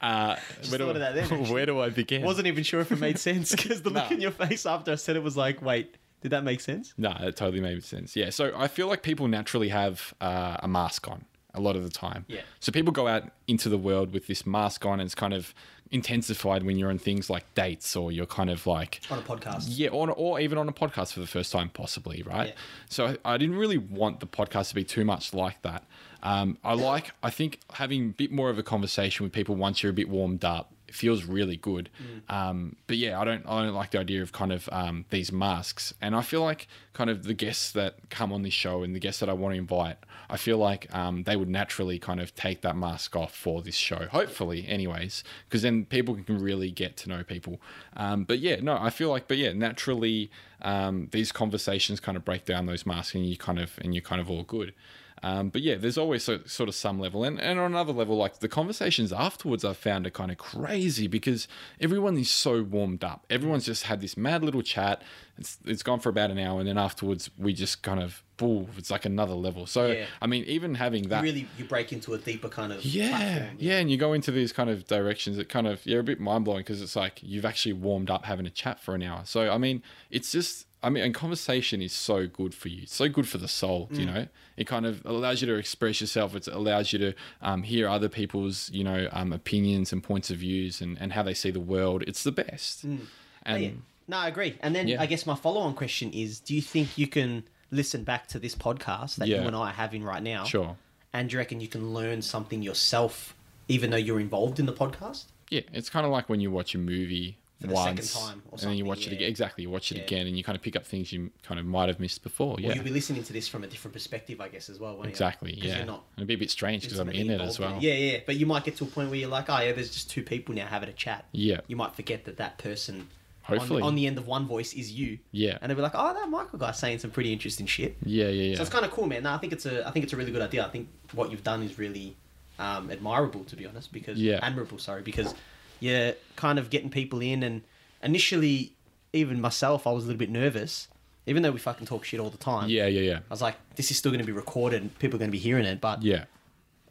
S1: uh, where, do,
S2: thought of that then, actually.
S1: where do I begin?
S2: Wasn't even sure if it made sense because the look
S1: No.
S2: in your face after I said it was like, wait, did that make sense?
S1: No, that totally made sense. Yeah. So I feel like people naturally have uh, a mask on a lot of the time.
S2: Yeah.
S1: So people go out into the world with this mask on, and it's kind of intensified when you're on things like dates or you're kind of like.
S2: On a podcast.
S1: Yeah, or, or even on a podcast for the first time, possibly, right?
S2: Yeah.
S1: So I I didn't really want the podcast to be too much like that. Um, I like, I think having a bit more of a conversation with people once you're a bit warmed up it feels really good.
S2: Mm.
S1: Um, but yeah, I don't, I don't like the idea of kind of um, these masks. And I feel like kind of the guests that come on this show and the guests that I want to invite, I feel like um, they would naturally kind of take that mask off for this show. Hopefully, anyways, because then people can really get to know people. Um, but yeah, no, I feel like, but yeah, naturally, um, these conversations kind of break down those masks, and you kind of and you're kind of all good. Um, but yeah, there's always so, sort of some level, and, and on another level, like the conversations afterwards, I've found are kind of crazy because everyone is so warmed up. Everyone's just had this mad little chat. It's it's gone for about an hour, and then afterwards, we just kind of boom. It's like another level. So
S2: Yeah.
S1: I mean, even having that
S2: Really, you break into a deeper kind of
S1: yeah,
S2: platform,
S1: yeah, and you go into these kind of directions that kind of you're a bit mind blowing because it's like you've actually warmed up having a chat for an hour. So I mean, it's just I mean, and conversation is so good for you. It's so good for the soul. You
S2: Mm.
S1: know, it kind of allows you to express yourself. It allows you to um, hear other people's you know um, opinions and points of views and and how they see the world. It's the best.
S2: Mm.
S1: And
S2: Oh, Yeah. No, I agree. And then
S1: Yeah.
S2: I guess my follow on question is do you think you can listen back to this podcast that
S1: Yeah.
S2: you and I are having right now?
S1: sure,
S2: And do you reckon you can learn something yourself even though you're involved in the podcast?
S1: Yeah, it's kind of like when you watch a movie
S2: For the second
S1: once,
S2: time or
S1: and then you
S2: something,
S1: watch it
S2: yeah.
S1: again. Exactly, you watch it
S2: Yeah.
S1: again, and you kind of pick up things you kind of might have missed before. Yeah,
S2: Or you'll be listening to this from a different perspective, I guess, as well, won't
S1: exactly.
S2: you? 'Cause
S1: Yeah,
S2: You're not
S1: it'd be a bit strange because I'm
S2: intimately
S1: in it as well.
S2: involved in it. Yeah, yeah. But you might get to a point where you're like, oh, yeah, there's just two people now having a chat.
S1: Yeah.
S2: You might forget that that person on-
S1: Hopefully.
S2: On, the end of one voice is you.
S1: Yeah.
S2: And they'll be like, oh, that Michael guy's saying some pretty interesting shit.
S1: yeah, yeah, yeah.
S2: So it's kind of cool, man. No, I think it's a I think it's a really good idea. I think what you've done is really um, admirable, to be honest, because
S1: Yeah.
S2: admirable, sorry, because you're kind of getting people in, and initially, even myself, I was a little bit nervous, even though we fucking talk shit all the time.
S1: yeah, yeah, yeah,
S2: I was like, this is still going to be recorded, and people are going to be hearing it, but
S1: yeah.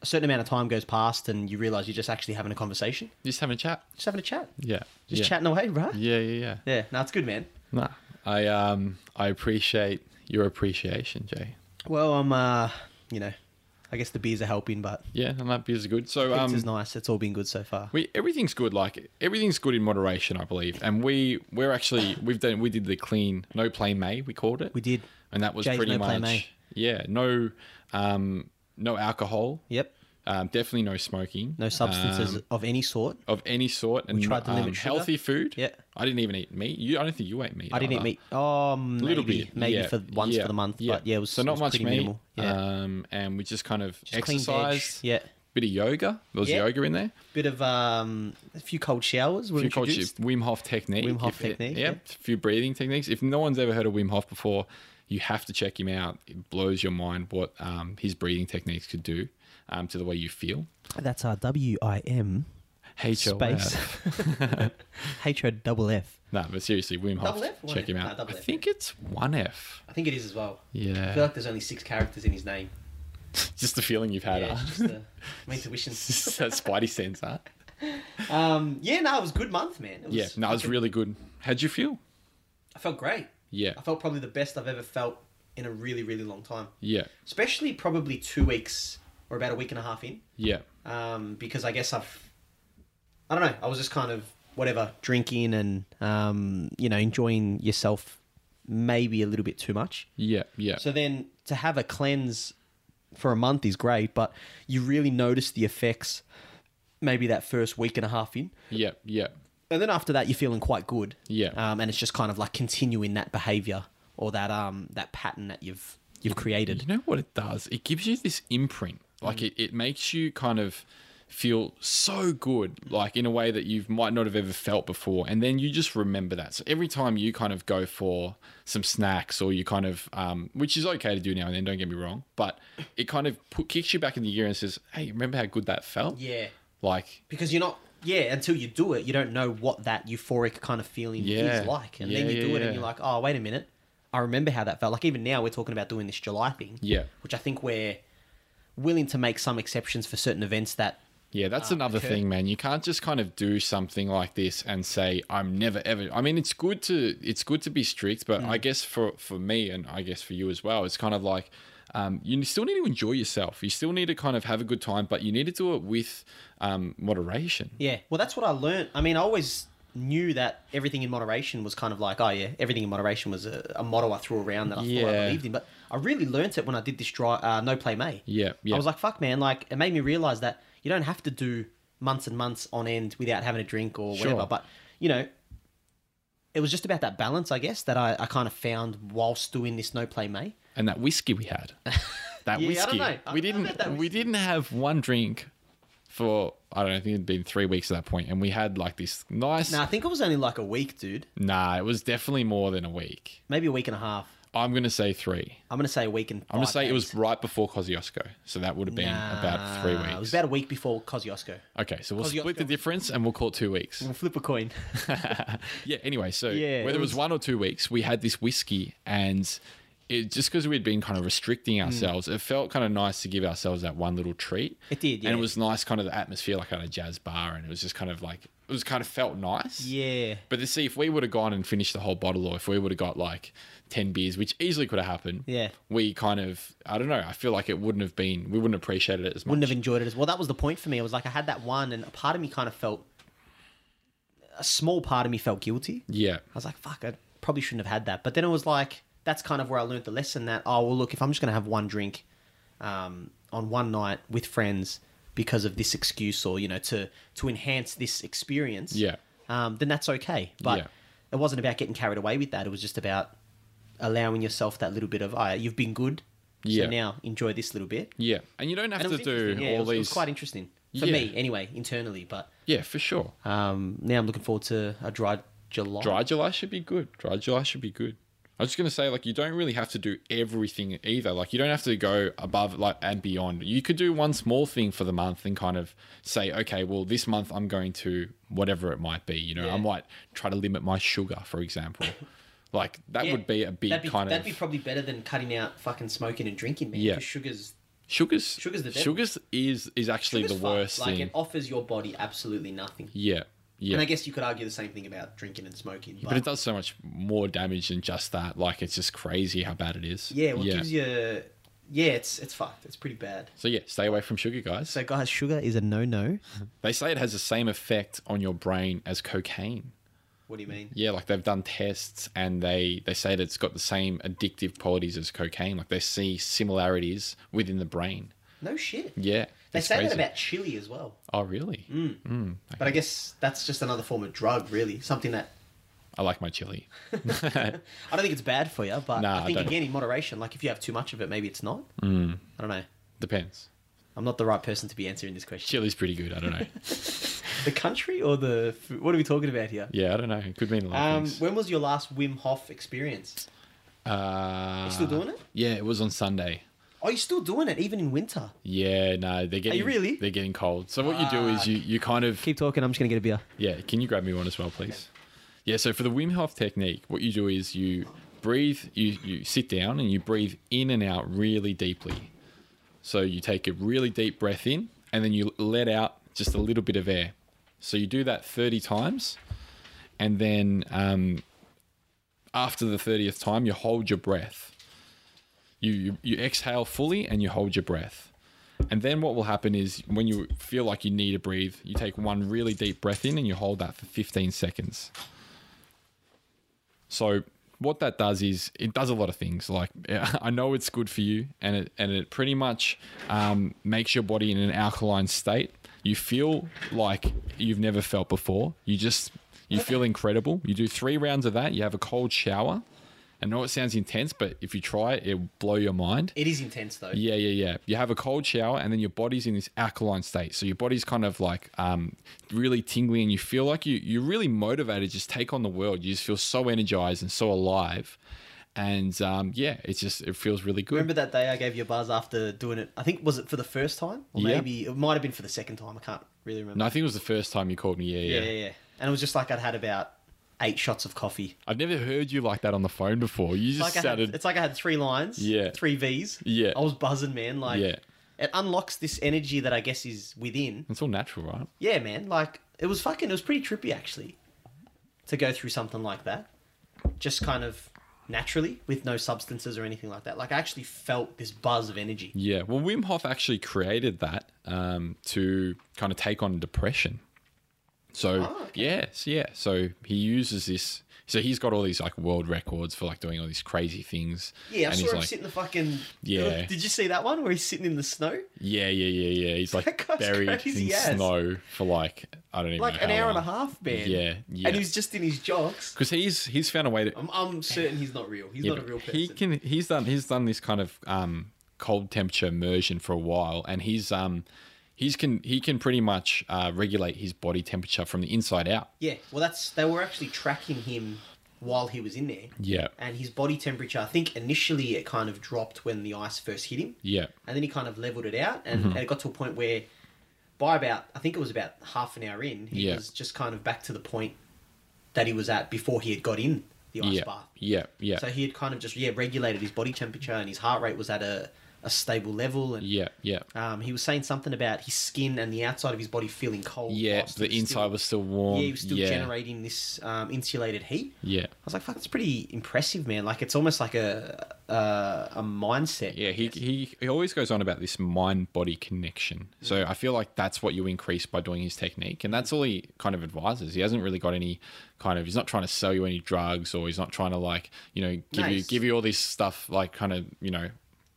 S2: a certain amount of time goes past, and you realize you're just actually having a conversation,
S1: Just having a chat.
S2: just having a chat,
S1: Yeah,
S2: just
S1: yeah.
S2: chatting away, right? Yeah.
S1: Yeah, yeah, yeah.
S2: no, it's good, man.
S1: Nah, I um, I appreciate your appreciation, Jay.
S2: Well, I'm, uh, you know, I guess the beers are helping, but
S1: Yeah, and that beers are good. So um,
S2: pizza's nice. It's all been good so far.
S1: We everything's good. Like everything's good in moderation, I believe. And we we're actually we've done we did the clean no play May we called it.
S2: We did.
S1: and that was
S2: Jay's
S1: pretty
S2: no play
S1: much
S2: May.
S1: yeah no um no alcohol.
S2: Yep.
S1: Um, definitely no smoking.
S2: No substances
S1: um,
S2: of any sort.
S1: of any sort. And
S2: tried to limit
S1: um,
S2: sugar.
S1: healthy food.
S2: Yeah.
S1: I didn't even eat meat. You I don't think you ate meat.
S2: I didn't eat
S1: either.
S2: meat. Oh, maybe,
S1: uh, Little bit,
S2: maybe
S1: yeah,
S2: for once
S1: yeah,
S2: for the month, but yeah, it was
S1: so not
S2: it was
S1: much
S2: pretty
S1: meat.
S2: minimal. Yeah,
S1: Um, and we just kind of
S2: Just clean veg.
S1: exercised.
S2: Yeah,
S1: Bit of yoga. There was
S2: Yeah.
S1: yoga in there.
S2: bit of um, a few cold showers were
S1: If you call it
S2: introduced.
S1: Wim Hof technique.
S2: Wim Hof
S1: if it-
S2: technique,
S1: yeah,
S2: yeah.
S1: a few breathing techniques. If no one's ever heard of Wim Hof before, you have to check him out. It blows your mind what um, his breathing techniques could do um, to the way you feel.
S3: that's our W I M
S1: HLF.
S3: Space. H O double F.
S1: No, but seriously, Wim Hof.
S2: Double F? One
S1: check him
S2: F?
S1: out.
S2: No, double
S1: I
S2: F.
S1: think it's one F.
S2: I think it is as well. I feel
S1: Yeah.
S2: like there's only six characters in his name.
S1: Just the feeling you've had.
S2: Yeah,
S1: huh?
S2: it's just the my intuition.
S1: that Spidey sense, huh?
S2: Um, yeah, no, it was a good month, man. It was
S1: Yeah. No, it's
S2: fucking-
S1: really good. How'd you feel?
S2: I felt great.
S1: Yeah.
S2: I felt probably the best I've ever felt in a really, really long time.
S1: Yeah.
S2: Especially probably two weeks or about a week and a half in.
S1: Yeah.
S2: um, because I guess I've I don't know. I was just kind of whatever
S3: Drinking and um, you know enjoying yourself maybe a little bit too much.
S1: Yeah. Yeah.
S3: So then to have a cleanse for a month is great, but you really notice the effects maybe that first week and a half in.
S1: Yeah. Yeah.
S3: And then after that you're feeling quite good.
S1: Yeah.
S3: Um, and it's just kind of like continuing that behavior or that um that pattern that you've you've created.
S1: You know what it does? It gives you this imprint.
S2: Mm.
S1: Like it, it makes you kind of feel so good, like in a way that you might not have ever felt before. And then you just remember that. So every time you kind of go for some snacks or you kind of, um, which is okay to do now and then, don't get me wrong, but it kind of put, kicks you back in the gear and says, hey, remember how good that felt?
S2: yeah
S1: Like,
S2: because you're not yeah until you do it you don't know what that euphoric kind of feeling
S1: Yeah.
S2: is like and
S1: Yeah,
S2: then you
S1: yeah,
S2: do it
S1: yeah.
S2: and you're like oh wait a minute I remember how that felt like even now we're talking about doing this July thing
S1: Yeah.
S2: which I think we're willing to make some exceptions for certain events that
S1: Yeah, that's another
S2: Ah, okay.
S1: thing, man. You can't just kind of do something like this and say I'm never ever. I mean, it's good to it's good to be strict, but
S2: Mm.
S1: I guess for for me and I guess for you as well, it's kind of like um, you still need to enjoy yourself. You still need to kind of have a good time, but you need to do it with um, moderation.
S2: yeah well that's what I learned I mean I always knew that everything in moderation was kind of like oh yeah everything in moderation was a, a motto I threw around that I thought I
S1: Yeah.
S2: believed in but I really learnt it when I did this dry, uh, no play May
S1: Yeah, yeah.
S2: I was like, fuck, man. Like, it made me realize that you don't have to do months and months on end without having a drink or whatever.
S1: Sure.
S2: But, you know, it was just about that balance, I guess, that I, I kind of found whilst doing this no play May.
S1: and that whiskey we had, that
S2: Yeah, I don't
S1: whiskey
S2: know. I- I
S1: we
S2: bet
S1: didn't
S2: that
S1: we
S2: whiskey-
S1: didn't have one drink for I don't know. I think it'd been three weeks at that point, and we had like this nice.
S2: Now, I think it was only like a week, dude.
S1: nah it was definitely more than a week.
S2: Maybe a week and a half.
S1: I'm gonna say three.
S2: I'm going to say a week and
S1: I'm gonna
S2: five
S1: say it was
S2: days.
S1: right before Kosciuszko, so that would have been about three
S2: Nah,
S1: weeks.
S2: Uh, It was about a week before Kosciuszko.
S1: okay, so we'll split the
S2: Kosciuszko-
S1: difference and we'll call it two weeks.
S2: We'll flip a coin.
S1: yeah. Anyway, so
S3: Yeah,
S1: whether
S3: it
S1: it was,
S3: was-
S1: one or two weeks, we had this whiskey, and it just because we'd been kind of
S2: Hmm.
S1: restricting ourselves, it felt kind of nice to give ourselves that one little treat.
S2: It did,
S1: and
S2: yeah.
S1: it was nice, kind of the atmosphere, like at a jazz bar, and it was just kind of like it was kind of felt nice.
S2: yeah.
S1: But to see if we would have gone and finished the whole bottle, or if we would have got like ten beers, which easily could have happened,
S2: Yeah.
S1: we kind of I don't know. I feel like it wouldn't have been. We wouldn't appreciate it as much.
S2: wouldn't have enjoyed it as well. That was the point for me. It was like I had that one, and a part of me kind of felt, a small part of me felt guilty.
S1: yeah,
S2: I was like, fuck, I probably shouldn't have had that. But then it was like, that's kind of where I learned the lesson that, oh, well, look, if I'm just going to have one drink um, on one night with friends because of this excuse or, you know, to, to enhance this experience,
S1: Yeah.
S2: um, then that's okay. But
S1: Yeah.
S2: it wasn't about getting carried away with that. It was just about allowing yourself that little bit of, oh, you've been good.
S1: Yeah.
S2: So now enjoy this little bit.
S1: yeah. And you don't have
S2: And
S1: to
S2: it was
S1: do
S2: interesting, yeah, it
S1: all
S2: was- it was
S1: these.
S2: quite interesting. For
S1: Yeah.
S2: me, anyway, internally. But
S1: yeah, for sure.
S2: um, now I'm looking forward to a dry July.
S1: Dry July should be good. Dry July should be good. I was just gonna say, like, you don't really have to do everything either. Like, you don't have to go above, like, and beyond. You could do one small thing for the month and kind of say, okay, well, this month I'm going to whatever it might be. You know, I
S2: Yeah.
S1: might try to limit my sugar, for example. like, that
S2: Yeah,
S1: would be a big
S2: that'd be,
S1: kind
S2: that'd
S1: of
S2: be probably better than cutting out fucking smoking and drinking, man.
S1: Yeah.
S2: 'cause sugars
S1: sugars.
S2: sugar's the devil.
S1: sugars is is actually
S2: sugar's
S1: the
S2: fucked.
S1: worst
S2: Like
S1: thing.
S2: it offers your body absolutely nothing.
S1: yeah, yeah.
S2: And I guess you could argue the same thing about drinking and smoking. But,
S1: But it does so much more damage than just that. Like it's just crazy how bad it is.
S2: yeah, well, it
S1: yeah.
S2: gives you. Yeah, it's it's fucked. It's pretty bad.
S1: so yeah, stay away from sugar, guys.
S3: So guys, sugar is a no-no.
S1: They say it has the same effect on your brain as cocaine.
S2: What do you mean?
S1: Yeah, like they've done tests and they they say that it's got the same addictive qualities as cocaine. Like they see similarities within the brain.
S2: No shit.
S1: Yeah,
S2: They
S1: it's
S2: say that
S1: crazy.
S2: about Mm. chili as well.
S1: Oh really?
S2: But I guess that's just another form of drug, really. Something that
S1: I like my chili.
S2: I don't think it's bad for you, but
S1: Nah, I
S2: I think
S1: don't.
S2: again in moderation. Like if you have too much of it, maybe it's not.
S3: Mm.
S2: I don't know.
S1: Depends.
S2: I'm not the right person to be answering this question.
S1: Chili's pretty good. I don't know.
S2: The country or the food? What are we talking about here?
S1: yeah, I don't know. It could mean a lot of
S2: Um,
S1: things.
S2: when was your last Wim Hof experience?
S1: Uh,
S2: still doing it?
S1: Yeah, it was on Sunday.
S2: Are you still doing it even in winter?
S1: Yeah, no, they're getting
S2: really?
S1: they're getting cold. So what you do is you you kind of
S3: Keep talking. I'm just gonna get a beer.
S1: Yeah, can you grab me one as well, please? Yeah, so for the Wim Hof technique, what you do is you breathe, you, you sit down and you breathe in and out really deeply. So you take a really deep breath in and then you let out just a little bit of air. So you do that 30 times. And then um, after the 30th time, you hold your breath. You, you, you exhale fully and you hold your breath. And then what will happen is when you feel like you need to breathe, you take one really deep breath in and you hold that for 15 seconds. So what that does is it does a lot of things. Like I know it's good for you, and it and it pretty much um, makes your body in an alkaline state. You feel like you've never felt before. You just you feel incredible. You do three rounds of that. You have a cold shower. I know it sounds intense, but if you try it, it'll blow your mind.
S2: It is intense though.
S1: Yeah, yeah, yeah. You have a cold shower, and then your body's in this alkaline state. So your body's kind of like um, really tingly, and you feel like you you're really motivated. to Just take on the world. You just feel so energized and so alive, and um, yeah, it's just it feels really good.
S2: Remember that day I gave you a buzz after doing it? I think was it for the first time, or
S1: Yeah.
S2: maybe it might have been for the second time. I can't really remember.
S1: no, I think it was the first time you called me. Yeah, yeah.
S2: yeah, yeah, yeah. And it was just like I'd had about eight shots of coffee.
S1: I've never heard you like that on the phone before. You just
S2: Like I had,
S1: sounded.
S2: it's like I had three lines,
S1: Yeah.
S2: three V's.
S1: Yeah.
S2: I was buzzing, man. Like,
S1: Yeah.
S2: it unlocks this energy that I guess is within.
S1: it's all natural, right?
S2: Yeah, man. Like it was fucking. It was pretty trippy actually, to go through something like that, just kind of naturally with no substances or anything like that. Like I actually felt this buzz of energy.
S1: Yeah. Well, Wim Hof actually created that um, to kind of take on depression. So
S2: Oh,
S1: yes, yeah. So he uses this. So he's got all these like world records for like doing all these crazy things.
S2: Yeah, I
S1: and
S2: saw
S1: he's
S2: him
S1: like,
S2: sit in the fucking. uh,
S1: Yeah.
S2: Did you see that one where he's sitting in the snow?
S1: yeah, yeah, yeah, yeah. He's
S2: That
S1: like
S2: guy's
S1: buried
S2: crazy
S1: in
S2: ass.
S1: snow for like I don't even know
S2: Like an
S1: how
S2: hour and a
S1: long.
S2: half, man.
S1: Yeah, yeah.
S2: And he's just in his jocks.
S1: Because he's he's found a way to.
S2: I'm, I'm certain he's not real. He's
S1: Yeah,
S2: not a
S1: but
S2: real person.
S1: He can. He's done. He's done this kind of um, cold temperature immersion for a while, and he's um, he's can he can pretty much uh, regulate his body temperature from the inside out.
S2: Yeah, well, that's they were actually tracking him while he was in there.
S1: Yeah.
S2: And his body temperature, I think initially it kind of dropped when the ice first hit him,
S1: Yeah.
S2: and then he kind of leveled it out, and,
S1: Mm-hmm.
S2: and it got to a point where, by about I think it was about half an hour in, he
S1: Yeah.
S2: was just kind of back to the point that he was at before he had got in the ice
S1: Yeah.
S2: bath.
S1: Yeah. Yeah.
S2: So he had kind of just yeah regulated his body temperature, and his heart rate was at a, a stable level, and
S1: yeah. Yeah.
S2: um, he was saying something about his skin and the outside of his body feeling cold.
S1: Yeah.
S2: whilst
S1: The
S2: it was still-
S1: inside was still warm.
S2: yeah, he was still
S1: yeah.
S2: generating this um, insulated heat. I
S1: Yeah.
S2: was like, fuck, it's pretty impressive, man. Like, it's almost like a a, a mindset.
S1: Yeah, he, he, he always goes on about this mind body connection. So I feel like that's what you increase by doing his technique. And that's all he kind of advises. He hasn't really got any kind of, he's not trying to sell you any drugs or he's not trying to like, you know, give you
S2: Nice.
S1: give you all this stuff, like kind of, you know,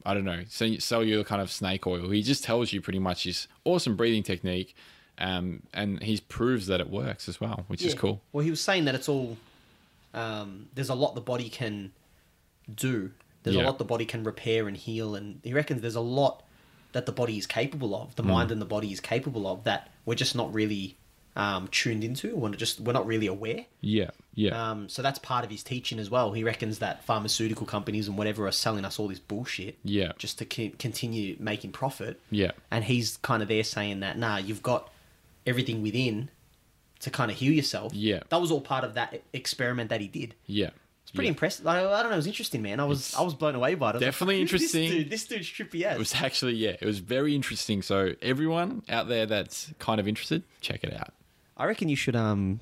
S1: I don't know, sell, you- sell you kind of snake oil. He just tells you pretty much his awesome breathing technique. Um, and he proves that it works as well, which is
S2: Yeah.
S1: cool.
S2: Well, he was saying that it's all. Um, there's a lot the body can do. There's
S1: Yeah.
S2: a lot the body can repair and heal, and he reckons there's a lot that the body is capable of,
S1: Hmm.
S2: the mind and the body is capable of that we're just not really um, tuned into. We're just we're not really aware.
S1: Yeah, yeah,
S2: Um, so that's part of his teaching as well. He reckons that pharmaceutical companies and whatever are selling us all this bullshit,
S1: Yeah.
S2: just to con- continue making profit.
S1: yeah.
S2: And he's kind of there saying that, nah, you've got everything within to kind of heal yourself.
S1: Yeah.
S2: that was all part of that e- experiment that he did.
S1: Yeah.
S2: It's pretty
S1: yeah.
S2: impressive. I, I don't know, it was interesting, man. I was I was blown away by it. I was like,
S1: Definitely
S2: "Who's this
S1: interesting.
S2: dude? This, dude's trippy ass.
S1: It was actually, yeah, it was very interesting. So everyone out there that's kind of interested, check it out.
S3: I reckon you should um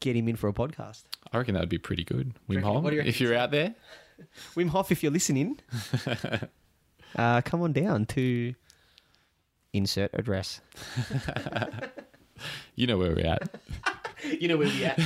S3: get him in for a podcast.
S1: I reckon that would be pretty good. Wim
S2: reckon-
S1: Hof,
S2: what do you reckon
S1: if you're out there,
S3: Wim Hof, if you're listening, uh, come on down to insert address.
S1: you know where we're at.
S2: you know where we at?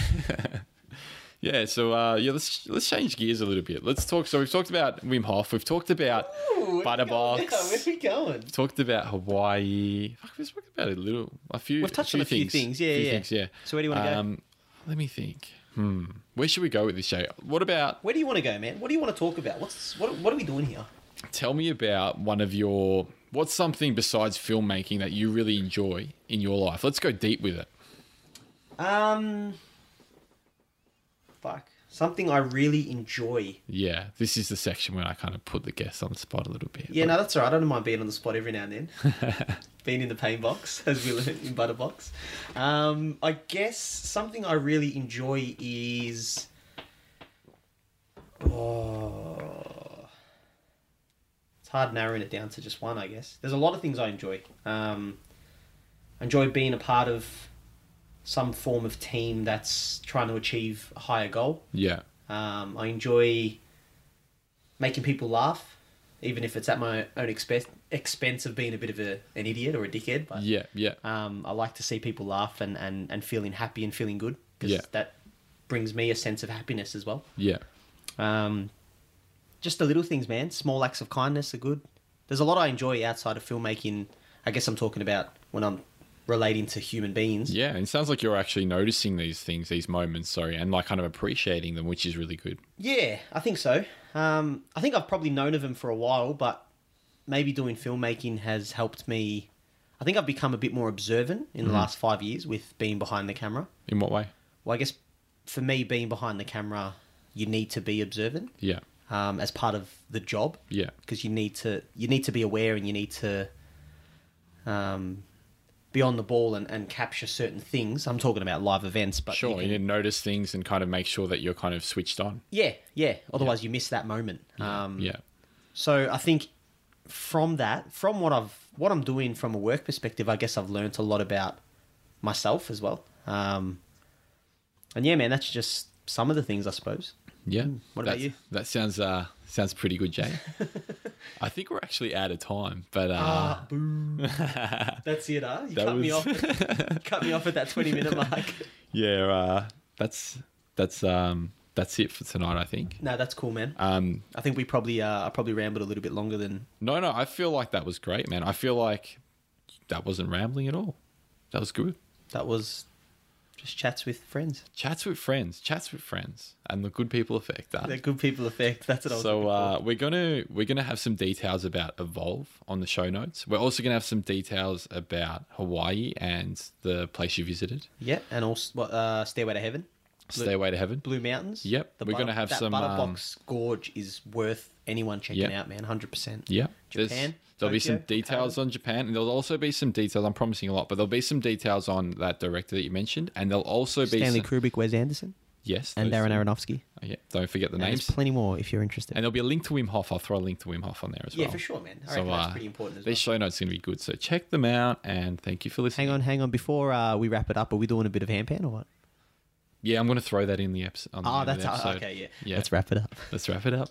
S1: yeah. So uh, yeah, let's let's change gears a little bit. Let's talk. So we've talked about Wim Hof. We've talked about
S2: Ooh, where we going now? Where
S1: Butterbox.
S2: we going?
S1: Talked about Hawaii. Fuck, we've talked about a little, a few.
S2: We've touched on a few things, yeah,
S1: few
S2: yeah.
S1: things, yeah.
S2: So where do you wanna go?
S1: Um, let me think. Hmm. Where should we go with this show? What about?
S2: Where do you want to go, man? What do you want to talk about? What's what? What are we doing here?
S1: Tell me about one of your. What's something besides filmmaking that you really enjoy in your life? Let's go deep with it.
S2: Um, fuck. Something I really enjoy.
S1: Yeah, this is the section where I kind of put the guests on the spot a little bit.
S2: Yeah, no, that's all right. I don't mind being on the spot every now and then. being in the pain box, as we learned in Butterbox. Um, I guess something I really enjoy is. Oh, it's hard narrowing it down to just one, I guess. There's a lot of things I enjoy. Um, I enjoy being a part of some form of team that's trying to achieve a higher goal.
S1: Yeah.
S2: Um, I enjoy making people laugh, even if it's at my own expense expense of being a bit of a, an idiot or a dickhead. But
S1: Yeah, yeah.
S2: um, I like to see people laugh and, and, and feeling happy and feeling good because
S1: Yeah.
S2: that brings me a sense of happiness as well.
S1: Yeah.
S2: Um, just the little things, man. Small acts of kindness are good. There's a lot I enjoy outside of filmmaking. I guess I'm talking about when I'm relating to human beings.
S1: Yeah, and it sounds like you're actually noticing these things, these moments, sorry, and like kind of appreciating them, which is really good.
S2: Yeah, I think so. Um, I think I've probably known of him for a while, but maybe doing filmmaking has helped me. I think I've become a bit more observant
S1: Mm.
S2: in the last five years with being behind the camera.
S1: In what way?
S2: Well, I guess for me, being behind the camera, you need to be observant
S1: Yeah.
S2: um, as part of the job
S1: Yeah.
S2: because you need to you need to be aware and you need to um, be on the ball and, and capture certain things. I'm talking about live events, but you
S1: sure. You,
S2: can-
S1: need to notice things and kind of make sure that you're kind of switched on.
S2: yeah, yeah. Otherwise, you miss that moment. Um,
S1: yeah.
S2: So I think from that, from what I've what I'm doing from a work perspective, I guess I've learnt a lot about myself as well. Um, and yeah, man, that's just some of the things I suppose.
S1: Yeah.
S2: Mm, What about
S1: That's-
S2: you?
S1: That sounds uh sounds pretty good, Jay. I think we're actually out of time, but uh,
S2: Ah. That's it, huh? You
S1: That
S2: cut me
S1: was-
S2: off. cut me off at that twenty minute mark.
S1: yeah, uh, that's that's um that's it for tonight, I think.
S2: No, that's cool, man.
S1: Um,
S2: I think we probably uh, I probably rambled a little bit longer than
S1: no, no, I feel like that was great, man. I feel like that wasn't rambling at all. That was good.
S2: that was. Just chats with friends.
S1: Chats with friends, chats with friends, and the good people effect. uh.
S2: The good people effect. That's what I was.
S1: So
S2: looking for.
S1: uh, we're gonna we're gonna have some details about Evolve on the show notes. We're also gonna have some details about Hawaii and the place you visited,
S2: yeah, and also what, uh, Stairway to Heaven.
S1: Stairway to Heaven.
S2: Blue Mountains.
S1: Yep,
S2: The
S1: we're gonna
S2: Butter-
S1: have
S2: that
S1: some, um,
S2: Butterbox Gorge is worth anyone checking
S1: Yep.
S2: out, man. Hundred percent.
S1: Yeah,
S2: Japan,
S1: there's- There'll be some
S2: Tokyo, Um,
S1: details on Japan, and there'll also be some details. I'm promising a lot, but there'll be some details on that director that you mentioned, and there'll also be
S2: Stanley
S1: some,
S2: Kubrick, Wes Anderson,
S1: yes,
S2: and
S1: those-
S2: Darren Aronofsky.
S1: Yeah, don't forget the
S2: And there's
S1: names.
S2: plenty more if you're interested.
S1: And there'll be a link to Wim Hof. I'll throw a link to Wim Hof on there as
S2: yeah,
S1: well.
S2: for sure, man. I
S1: So
S2: reckon
S1: uh,
S2: that's pretty important as well.
S1: these show notes are going to be good. So check them out, and thank you for listening.
S2: hang on, hang on. Before uh, we wrap it up, are we doing a bit of hand pan or what?
S1: Yeah, I'm going to throw that in the, eps- on the end
S2: Oh,
S1: of
S2: that's
S1: the episode.
S2: okay. Yeah.
S1: Yeah,
S2: let's wrap it up.
S1: let's wrap it up.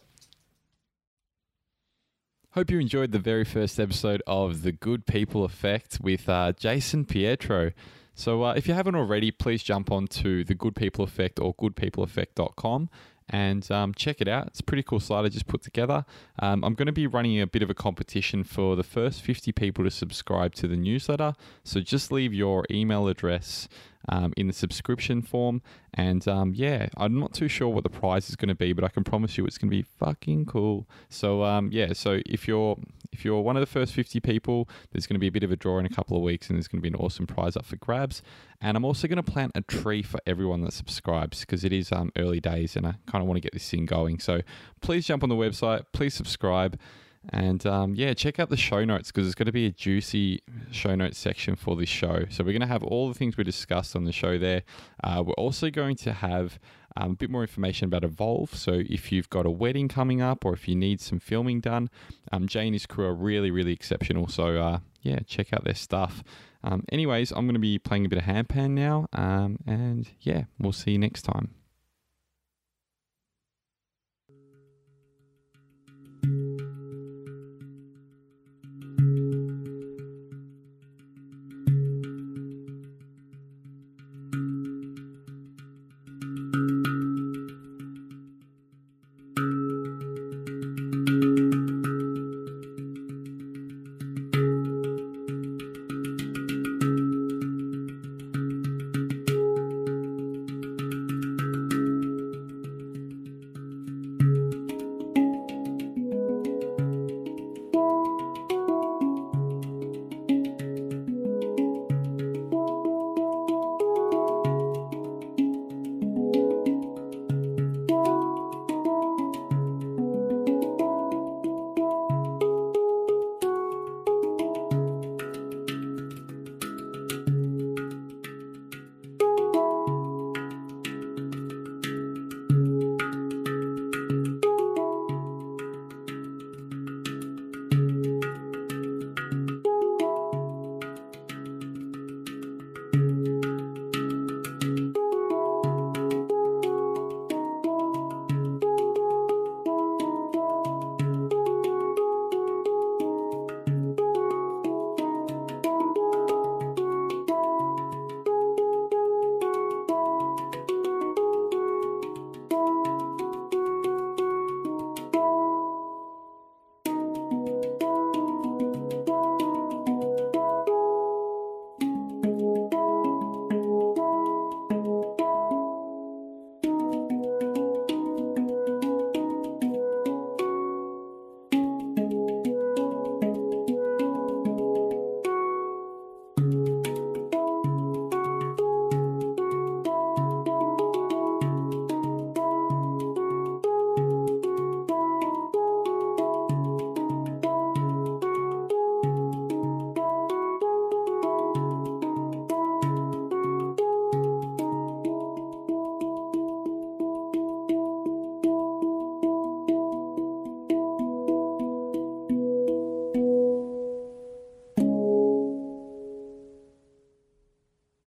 S1: Hope you enjoyed the very first episode of The Good People Effect with uh, Jason Pietro. So, uh, if you haven't already, please jump on to The Good People Effect or goodpeopleeffect.com and um, check it out. It's a pretty cool slide I just put together. Um, I'm going to be running a bit of a competition for the first 50 people to subscribe to the newsletter. So, just leave your email address um, in the subscription form. And um, yeah, I'm not too sure what the prize is going to be, but I can promise you it's going to be fucking cool. So um, yeah, so if you're if you're one of the first 50 people, there's going to be a bit of a draw in a couple of weeks, and there's going to be an awesome prize up for grabs. And I'm also going to plant a tree for everyone that subscribes because it is um, early days, and I kind of want to get this thing going. So please jump on the website, please subscribe. And um, yeah, check out the show notes because it's going to be a juicy show notes section for this show. So we're going to have all the things we discussed on the show there. Uh, we're also going to have um, a bit more information about Evolve. So if you've got a wedding coming up or if you need some filming done, um, Jay and his crew are really, really exceptional. So uh, yeah, check out their stuff. Um, anyways, I'm going to be playing a bit of handpan now. Um, and yeah, we'll see you next time.